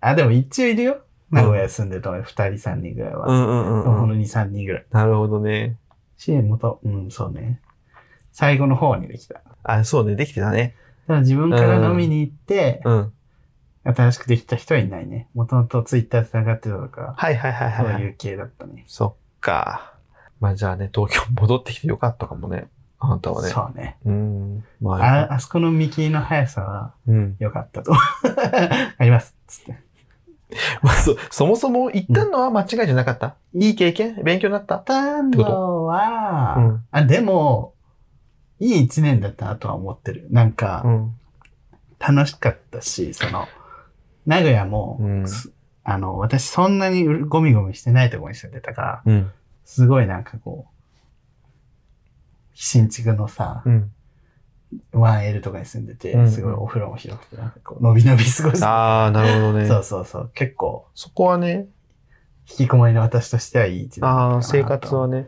Speaker 1: あ、でも一応いるよ。名古屋住んでると思う。二人三人ぐらいは。
Speaker 2: んうん
Speaker 1: ほん
Speaker 2: ん。
Speaker 1: の二三人ぐらい。
Speaker 2: なるほどね。
Speaker 1: し、元、うん、そうね。最後の方にできた。だか
Speaker 2: あ、そうね、できてたね。
Speaker 1: ら自分から飲みに行って、
Speaker 2: うん。
Speaker 1: 新しくできた人はいないね。もともとツイッター繋がってたとか、
Speaker 2: はいはいはい
Speaker 1: そ
Speaker 2: は
Speaker 1: う
Speaker 2: い、はい。
Speaker 1: いう系だったね。
Speaker 2: そっか。まあじゃあね、東京戻ってきてよかったかもね。あなたはね。
Speaker 1: そうね。
Speaker 2: うん。まあ、
Speaker 1: あ、あそこの見切りの速さは
Speaker 2: うん。
Speaker 1: 良かったと。 あります。つって。
Speaker 2: まあそ、そもそも行ったのは間違いじゃなかった、いい経験勉強になった
Speaker 1: たのは、
Speaker 2: うん
Speaker 1: あ、でも、いい一年だったなとは思ってる。なんか、
Speaker 2: ん。
Speaker 1: 楽しかったし、その、名古屋も、
Speaker 2: うん
Speaker 1: すあの、私そんなにゴミゴミしてないところに住んでたから、
Speaker 2: うん。
Speaker 1: すごいなんかこう、新築のさ、
Speaker 2: うん。
Speaker 1: 1L とかに住んで
Speaker 2: うんう
Speaker 1: て、
Speaker 2: ん
Speaker 1: すごいお風呂も広くて、なんかこう、のびのび過ごして、
Speaker 2: ああ、なるほどね。
Speaker 1: そうそうそう、結構、
Speaker 2: そこはね、
Speaker 1: 引きこもりの私としてはいい一年だったか
Speaker 2: あ
Speaker 1: な
Speaker 2: あ、
Speaker 1: と
Speaker 2: 生活 はね。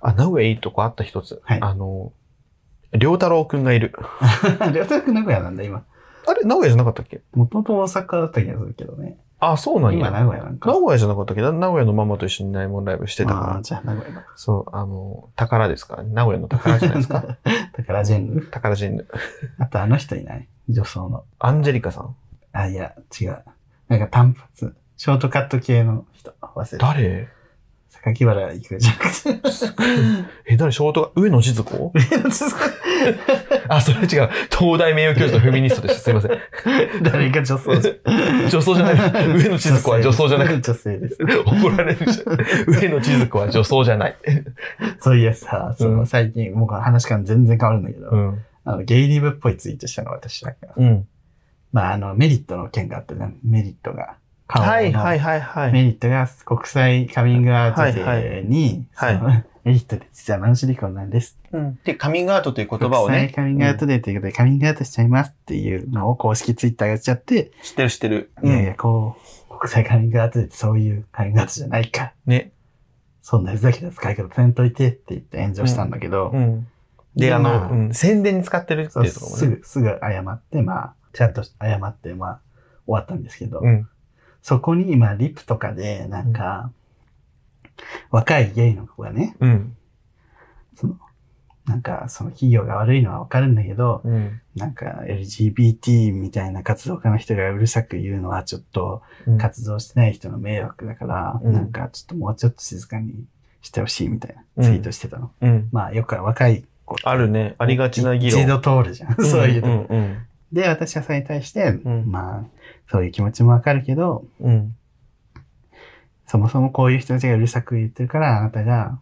Speaker 2: あ、名古屋いいとこあった一つ。
Speaker 1: はい
Speaker 2: あの、良太郎くんがいる。
Speaker 1: りょうたくん名古屋なんだ、今。
Speaker 2: あれ、名古屋じゃなかったっけ
Speaker 1: もともと大阪だった気がするけどね。
Speaker 2: あ、そうなん
Speaker 1: 今
Speaker 2: や。
Speaker 1: 名古屋なん
Speaker 2: 名
Speaker 1: か。
Speaker 2: 古屋じゃなかったっけな名古屋のママと一緒にナイモンライブしてた
Speaker 1: あ
Speaker 2: か
Speaker 1: ーじゃあ名古屋だ。
Speaker 2: ら。そう、あの、宝ですか名古屋の宝じゃないで すか
Speaker 1: だからジェンヌ。
Speaker 2: 宝ジェンヌ。
Speaker 1: あとあの人いない女装の。
Speaker 2: アンジェリカさん。
Speaker 1: あ、いや、違う。なんか単発。ショートカット系の人。忘れた。
Speaker 2: 誰
Speaker 1: 榊原行くじゃなく て。
Speaker 2: え、誰ショートが、上野静子 あ、それ違う。東大名誉教授とフェミニストでした。すいません。
Speaker 1: 誰が女装じゃ
Speaker 2: 女装じゃない。上野静子は女装じゃなくて、
Speaker 1: 女性です。
Speaker 2: 怒られるじゃん。 上野静子は女装じゃない。
Speaker 1: そういやさ、そうの
Speaker 2: ん
Speaker 1: 最近、もう話から全然変わるんだけど、
Speaker 2: ん。
Speaker 1: あの、ゲイリーブっぽいツイートしたの私なんか。
Speaker 2: うん。
Speaker 1: まあ、あの、メリットの件があってね、メリットが。顔の
Speaker 2: はいはいはいはい。
Speaker 1: メリットが国際カミングアウトデーに、
Speaker 2: はい
Speaker 1: そのメリットで実はマンシリコンなんです。
Speaker 2: で、カミングアウトという言
Speaker 1: 国
Speaker 2: 葉を
Speaker 1: 際
Speaker 2: ね、
Speaker 1: カミングアウトデーということでカミングアウトしちゃいますっていうのを公式ツイッターがしちゃって、
Speaker 2: 知ってる知ってる。
Speaker 1: いやいや、こう、国際カミングアウトデーってそういうカミングアウトじゃないか。
Speaker 2: ね。
Speaker 1: そんなふざけた使い方せんといてって言って炎上したんだけど、
Speaker 2: ん。で、あ
Speaker 1: まあ
Speaker 2: の、うん宣伝に使ってるって
Speaker 1: そう
Speaker 2: いうところも
Speaker 1: す
Speaker 2: ね。
Speaker 1: ぐ、すぐ謝って、まあ、ちゃんと謝って、まあ、終わったんですけど、
Speaker 2: うん。
Speaker 1: そこに今、リプとかで、なんか、若いゲイの子がね、
Speaker 2: うん。
Speaker 1: その、なんか、その企業が悪いのはわかるんだけど、
Speaker 2: うん。
Speaker 1: なんか LGBT みたいな活動家の人がうるさく言うのはちょっと
Speaker 2: うん
Speaker 1: 活動してない人の迷惑だから、
Speaker 2: うん
Speaker 1: なんかちょっともうちょっと静かにしてほしいみたい
Speaker 2: うん
Speaker 1: なツイートしてたの。
Speaker 2: うん。
Speaker 1: まあよく若い子
Speaker 2: あるね。ありがちな議論。
Speaker 1: 一度通るじゃん。そういうの。
Speaker 2: うんうん。
Speaker 1: で、私はそれに対して、
Speaker 2: ん
Speaker 1: まあそういう気持ちもわかるけど、
Speaker 2: うん。
Speaker 1: そもそもこういう人たちがうるさく言ってるから、あなたが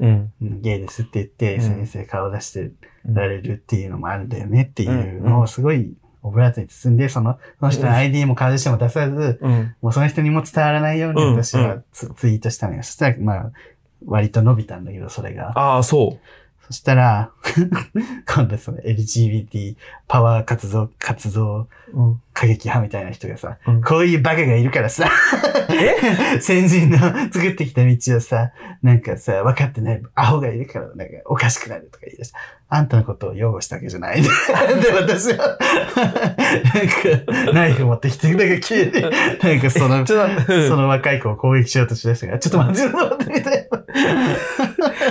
Speaker 2: うん。
Speaker 1: うんゲイですって言って
Speaker 2: うん
Speaker 1: SNS で顔を出してる
Speaker 2: うん
Speaker 1: られるっていうのもあるんだよねっていう
Speaker 2: うん
Speaker 1: の
Speaker 2: うん
Speaker 1: をすごいオブラートに包んで、その、その人の ID も顔出しても出さず、
Speaker 2: うん。
Speaker 1: もうその人にも伝わらないように
Speaker 2: うん
Speaker 1: 私はツ,、ツイートしたのよ。そしたら、まあ、割と伸びたんだけど、それが。
Speaker 2: ああ、そ
Speaker 1: そしたら、 今度その LGBT パワー活動、活動
Speaker 2: う。うん。
Speaker 1: 過激派みたいな人がさ、
Speaker 2: うん
Speaker 1: こういうバカがいるからさ、
Speaker 2: え
Speaker 1: 先人の作ってきた道をさ、なんかさ、分かってないアホがいるから、なんかおかしくなるとか言い出した。あんたのことを擁護したわけじゃない。 で、私は、なんか、ナイフ持ってきて、なんか急に、なんかそ の、
Speaker 2: ちょっと、
Speaker 1: その若い子を攻撃しようとしだしたから、ちょっと待って、ちょっと待って、みたい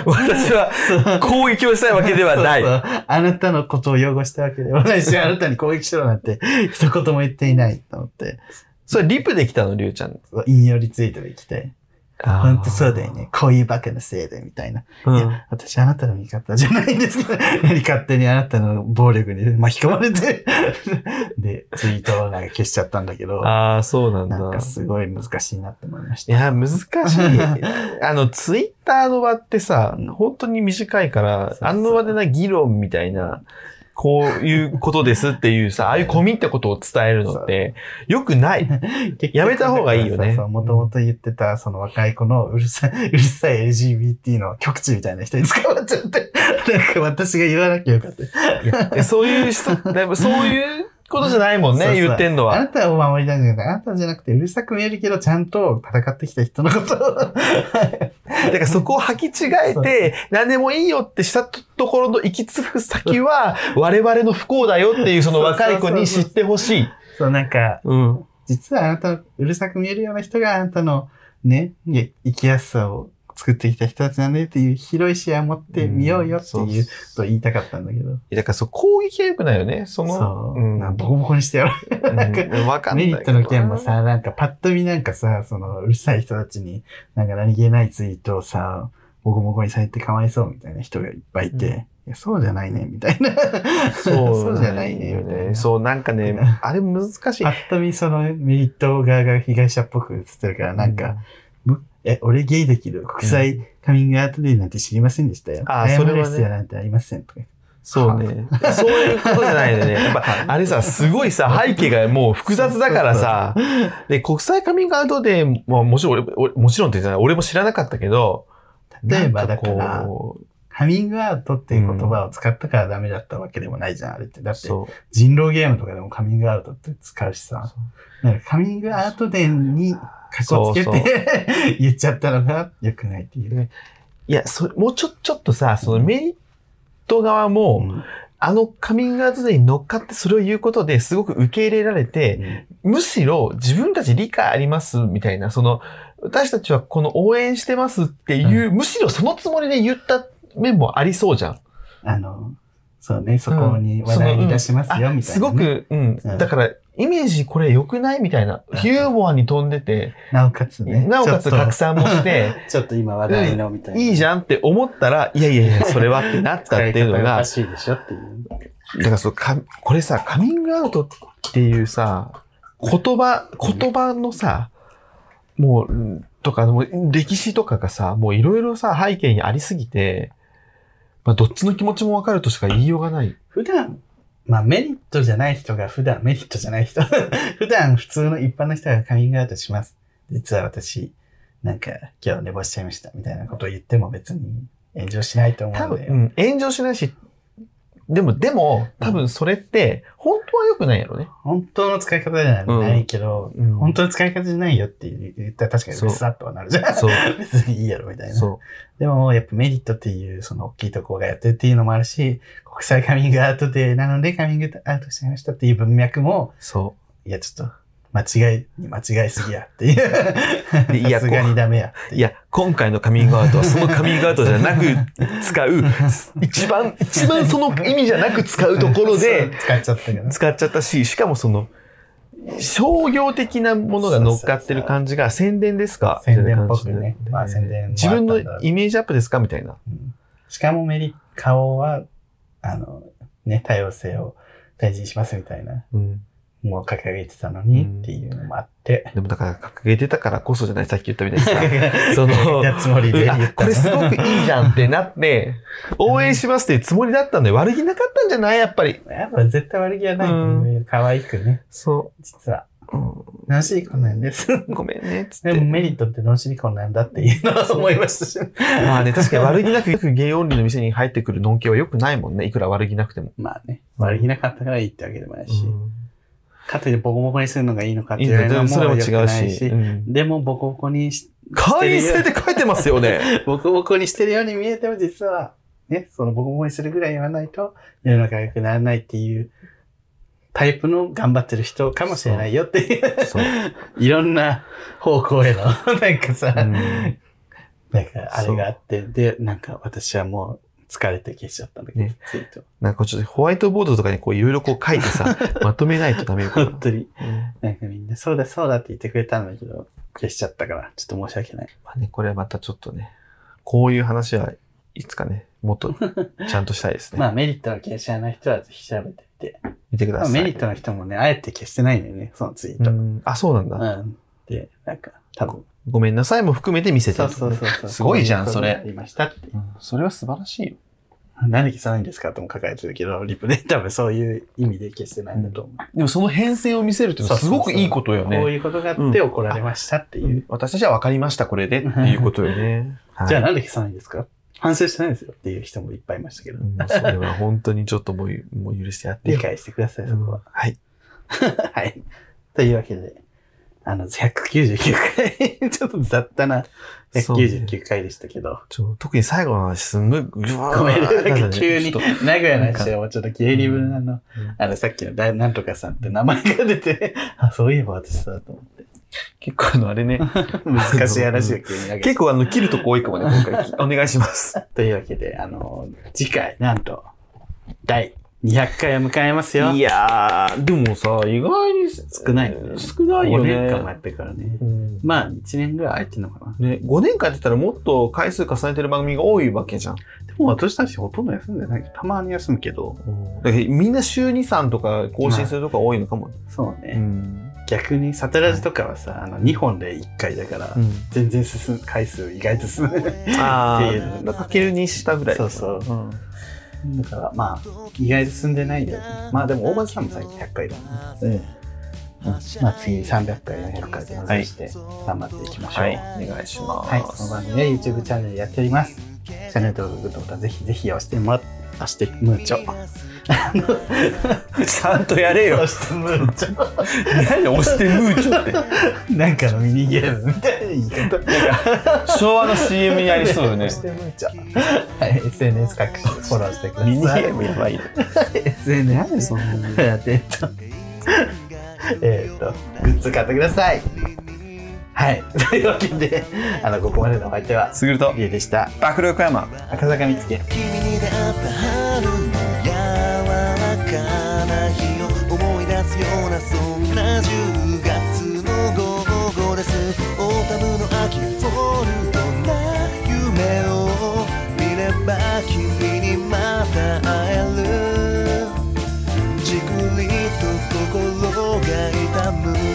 Speaker 2: 私は
Speaker 1: な。
Speaker 2: 攻撃をしたいわけではない
Speaker 1: そ。うそうあなたのことを擁護したわけではないし、あなたに攻撃しろなんて、一言も言っていないと思って、
Speaker 2: それ、リプできたの、りゅうちゃん。
Speaker 1: 引用リツイートで来て、
Speaker 2: あー
Speaker 1: 本当そうだよ。ね。こういうバカのせいで、みたいな。
Speaker 2: うん
Speaker 1: いや、私あなたの味方じゃないんです けど、何勝手にあなたの暴力に巻き込まれて、で、ツイートをなんか消しちゃったんだけど、
Speaker 2: ああ、そうなんだ
Speaker 1: なん。かすごい難しいなって思いまし
Speaker 2: い
Speaker 1: た。
Speaker 2: や、難しい。あの、ツイッターの場ってさ
Speaker 1: うん、
Speaker 2: 本当に短いから、
Speaker 1: そうそう
Speaker 2: あの場でな議論みたいな、こういうことですってい うさ、ああいう込み入ったことを伝えるのって、よくない。 やめた方がいいよね
Speaker 1: もともと言ってた、その若い子のうるさい、 うるさい LGBT の極致みたいな人に捕まっちゃって、 なんか私が言わなきゃよかった。
Speaker 2: そういう人、でもそういうことじゃないも
Speaker 1: そ
Speaker 2: ん
Speaker 1: う
Speaker 2: ね、
Speaker 1: そう
Speaker 2: 言ってんの
Speaker 1: あ
Speaker 2: は。
Speaker 1: なたを守りたいんじゃなくて、あなたじゃなくてうるさく見えるけど、ちゃんと戦ってきた人のこと を、
Speaker 2: だからそこを履き違えて、何でもいいよってしたところの行き着く 先は、我々の不幸だよっていうその若い子に知ってほしい。
Speaker 1: そうなんか、
Speaker 2: うん。
Speaker 1: 実はあなたのうるさく見えるような人があなたのね、い生きやすさを作ってきた人たちなんだよっていう広い視野を持ってみようよっていうことを言いたかったんだけど。
Speaker 2: だからそう、攻撃が良くないよね。その、
Speaker 1: そう。
Speaker 2: ん
Speaker 1: なんかボコボコにしてやろなんか
Speaker 2: うんわか
Speaker 1: う。
Speaker 2: んな
Speaker 1: メ
Speaker 2: いけ
Speaker 1: リ
Speaker 2: ど
Speaker 1: ットの件もさ、なんかパッと見なんかさ、そのうるさい人たちになんか何気ないツイートをさ、ボコボコにされてかわいそうみたいな人がいっぱいいて、
Speaker 2: うん
Speaker 1: いや、そうじゃないね、みたいな。
Speaker 2: そう
Speaker 1: じゃないね、みたいな。
Speaker 2: そう、なんかね、あれ難しい
Speaker 1: パ。ッと見そのメリット側が被害者っぽく映ってるから、なんか、え、俺ゲイだけど、国際カミングアウトデーなんて知りませんでしたよ。
Speaker 2: あ
Speaker 1: 謝
Speaker 2: それはね
Speaker 1: る必要なんてありませんとか。
Speaker 2: そうね。そういうことじゃないのね。やっぱ、あれさ、すごいさ、背景がもう複雑だからさ、で、国際カミングアウトで、まあ、もちろん俺、俺もちろんって言ってない、俺も知らなかったけど、
Speaker 1: 例えば
Speaker 2: なん
Speaker 1: だから
Speaker 2: こう
Speaker 1: カミングアウトっていう言葉を使ったからダメだったわけでもないじゃん、あれって。だって、
Speaker 2: そう。
Speaker 1: 人狼ゲームとかでもカミングアウトって使うしさ。なんかカミングアウトデーに格好つけ
Speaker 2: そうそう
Speaker 1: て 言っちゃったのが良くないっていう。
Speaker 2: いや、それ、もうちょ、ちょっとさ、そのメリット側も、
Speaker 1: うん
Speaker 2: あのカミングアウトデーに乗っかってそれを言うことですごく受け入れられて、むしろ自分たち理解ありますみたいな、その、私たちはこの応援してますっていう、むしろそのつもりで言った面もありそうじゃん。
Speaker 1: あの、そうね、そこに話題に出しますよ、みたいなね、
Speaker 2: あすごく、うん。
Speaker 1: うん
Speaker 2: だから、イメージこれ良くないみたいな
Speaker 1: うん、
Speaker 2: ヒューモアに飛んでて、
Speaker 1: なおかつね。
Speaker 2: なおか
Speaker 1: ち
Speaker 2: つ
Speaker 1: ょっと
Speaker 2: 拡散もして、
Speaker 1: ちょっと今話題のみたいな。
Speaker 2: いいじゃんって思ったら、いやいやいや、それはってなったっていうの
Speaker 1: 使い方お
Speaker 2: が
Speaker 1: か、しいでしょっていう。
Speaker 2: だからそうか、これさ、カミングアウトっていうさ、言葉、言葉のさ、もう、うんとか、もう歴史とかがさ、もういろいろさ、背景にありすぎて、まあ、どっちの気持ちもわかるとしか言いようがない。
Speaker 1: 普段、まあメリットじゃない人が普段メリットじゃない人、 普段普通の一般の人がカミングアウトします。実は私、なんか今日寝坊しちゃいましたみたいなことを言っても別に炎上しないと思
Speaker 2: 多
Speaker 1: うん
Speaker 2: 分、
Speaker 1: で。
Speaker 2: うん、炎上しないし、でも、でも、多分それって、本当は良くないやろね。
Speaker 1: 本当の使い方じゃ
Speaker 2: うん
Speaker 1: ないけど、
Speaker 2: うん、
Speaker 1: 本当の使い方じゃないよって言ったら確かに
Speaker 2: そう
Speaker 1: 別さっとはなるじゃん。
Speaker 2: そう、
Speaker 1: 別にいいやろみたいな。
Speaker 2: そ
Speaker 1: でも、やっぱメリットっていう、その大きいとこがやってるっていうのもあるし、国際カミングアウトで、なのでカミングアウトしちゃいましたっていう文脈も
Speaker 2: う、、そ
Speaker 1: いや、ちょっと、間違いに間違いすぎやっていう。
Speaker 2: でい
Speaker 1: さ
Speaker 2: や
Speaker 1: すがにダメやって
Speaker 2: う。
Speaker 1: いう。
Speaker 2: いや、今回のカミングアウトは、そのカミングアウトじゃなく 使う、一番、一番その意味じゃなく使うところ
Speaker 1: そ
Speaker 2: で、
Speaker 1: う、使っちゃったから。
Speaker 2: 使っちゃったし、しかもその、商業的なものが乗っかってる感じが宣伝ですか
Speaker 1: 宣伝っぽくね
Speaker 2: みたいな感じで
Speaker 1: まあ宣伝もあった
Speaker 2: 自
Speaker 1: んだろう
Speaker 2: 分のイメージアップですかみたいな。
Speaker 1: うんしかもメリット、顔は、あの、ね、多様性を大事にしますみたいな、
Speaker 2: うん
Speaker 1: もう掲げてたのに
Speaker 2: うん
Speaker 1: っていうのもあって。
Speaker 2: でもだから掲げてたからこそじゃないさっき言ったみ たいにさその、
Speaker 1: やったつもりで
Speaker 2: うん
Speaker 1: 言
Speaker 2: あ
Speaker 1: った
Speaker 2: これすごくいいじゃんってなって、応援しますっていうつもりだったんで悪気なかったんじゃないやっぱり。
Speaker 1: やっぱ絶対悪気はないと思う。可愛くね、
Speaker 2: そ
Speaker 1: 実は。
Speaker 2: う。
Speaker 1: 楽しい子なんです。
Speaker 2: ごめんね、つっ
Speaker 1: でも
Speaker 2: て。
Speaker 1: メリットって楽しい子なんだっていうのは思いましたし。
Speaker 2: まあね、確かに悪気なくゲイオンリーの店に入ってくるのんけは良くないもんね。いくら悪気なくても。
Speaker 1: まあね、悪気なかったからいいってわけでもないし、かといってボコボコにするのがいいのかっていうのは
Speaker 2: それ
Speaker 1: も
Speaker 2: も
Speaker 1: う良くな
Speaker 2: 違う
Speaker 1: い
Speaker 2: し。
Speaker 1: し
Speaker 2: う、ん
Speaker 1: でもボコボコにし、
Speaker 2: 会員制って書いてますよね。
Speaker 1: ボコボコにしてるように見えても実は、ね、そのボコボコにするぐらい言わないと世の中が良くならないっていうタイプの頑張ってる人かもしれないよっていう、
Speaker 2: そう。
Speaker 1: いろんな方向への、 なんかさ、
Speaker 2: うん
Speaker 1: なんか、あれがあって、で、なんか私はもう疲れて消しちゃったんだけど、
Speaker 2: ね
Speaker 1: ツイート。
Speaker 2: なんかこうちょっとホワイトボードとかにこういろいろこう書いて さ、まとめないとダメよ。これ
Speaker 1: 本当に、なんかみんな、そうだそうだって言ってくれたんだけど、消しちゃったから、ちょっと申し訳ない。
Speaker 2: まあね、これはまたちょっとね、こういう話はいつかね、もっとちゃんとしたいです ね。
Speaker 1: まあメリットの消しちゃない人はぜひ調べてみて。
Speaker 2: 見てくだ
Speaker 1: まあ
Speaker 2: さい。
Speaker 1: メリットの人もね、あえて消してないんだよね、そのツイー
Speaker 2: う
Speaker 1: ト。
Speaker 2: んあ、そうなん
Speaker 1: う
Speaker 2: だ。
Speaker 1: ん。で、なんか、多分。
Speaker 2: ごめんなさいも含めて見せて
Speaker 1: そ
Speaker 2: る
Speaker 1: うそうそうそう。
Speaker 2: すごいじゃん
Speaker 1: こううこと
Speaker 2: それ
Speaker 1: がありましたって。
Speaker 2: うんそれは素晴らしいよ。
Speaker 1: なんで消さないんですかとも書かれてるけど、リプで多分そういう意味で消してないんだと思う。
Speaker 2: でもその変遷を見せるっていうのはすごくいいことよ
Speaker 1: こう
Speaker 2: ね。
Speaker 1: いうことがあって怒られましたっていう。
Speaker 2: 私たちは分かりました、これでっていうことよね。はい
Speaker 1: じゃあなんで消さないんですか反省してないんですよっていう人もいっぱいいましたけど
Speaker 2: う。んそれは本当にちょっともうゆもう許してやって
Speaker 1: 理
Speaker 2: いい
Speaker 1: 解してください、そこは。
Speaker 2: はい。
Speaker 1: はい。というわけで、あの、199回、 ちょっと雑多な199回でしたけど、
Speaker 2: ちょ特に最後の話すんごい、うわー
Speaker 1: ごめんね、なんか急に、
Speaker 2: ちょ
Speaker 1: 名
Speaker 2: っと
Speaker 1: 古屋の話はもうちょっと急に分あの、
Speaker 2: うん
Speaker 1: あの、さっきのだなんとかさんって名前が出て、 あ、そういえば私さ、と思って。
Speaker 2: 結構あの、あれね。
Speaker 1: 難しい話を急に投げて
Speaker 2: 結構あの、切るとこ多いかも ね、今回。お願いします。
Speaker 1: というわけで、あの、次回、なんと、第200回を迎えますよ。
Speaker 2: いやー、でもさ、意外に
Speaker 1: 少ないよね
Speaker 2: 少ないよ
Speaker 1: 5年間もや
Speaker 2: ね
Speaker 1: っ。てるからね。
Speaker 2: うん
Speaker 1: まあ、1年ぐらい空いてるのかな。
Speaker 2: ね、5年間やってたらもっと回数重ねてる番組が多いわけじゃん。
Speaker 1: でも私たちほとんど休んでない。たまに休むけど。
Speaker 2: だからみんな週2、3とか更新するとか多いのかも。
Speaker 1: そうね。
Speaker 2: ん。
Speaker 1: 逆に、サテラジとかはさ、あの、2本で1回だから、
Speaker 2: うん
Speaker 1: 全然進む、回数意外と進む。
Speaker 2: あ
Speaker 1: っていう
Speaker 2: あ、かけるにしたぐらい。。
Speaker 1: そうそう
Speaker 2: ん。
Speaker 1: だから、まあ、意外と進んでないよ。まあでも、大場さんも最近100回だもんね。
Speaker 2: うん
Speaker 1: うんまあ次300回、400回と目指して頑張っていきましょう。
Speaker 2: はい、お願いします。
Speaker 1: はい、この番組は YouTube チャンネルやっております。チャンネル登録とボタンぜひぜひ押してもら押してムーチョ。
Speaker 2: ちゃんとやれ よ
Speaker 1: 押。してムーチョ。
Speaker 2: 何押してムーチョって。
Speaker 1: なんかのミニゲームみたいな言い方。
Speaker 2: 昭和の CM にありそうだね
Speaker 1: 押。してムーチョ。 はい、SNS 各種フォローしてください。
Speaker 2: ミニゲームやばいね。
Speaker 1: SNS
Speaker 2: その
Speaker 1: えっと、 えっと、グッズ買ってください。はい。 というわけで、あの、ここまでのお相手は、
Speaker 2: すぐると、
Speaker 1: ゆうでした。
Speaker 2: 爆力山。
Speaker 1: 赤坂見つけ。
Speaker 3: 君に出会った春の柔らかな日を思い出すようなそんな10月の午後ですオータムの秋フォルトな夢を見れば君にまた会えるじくりと心が痛む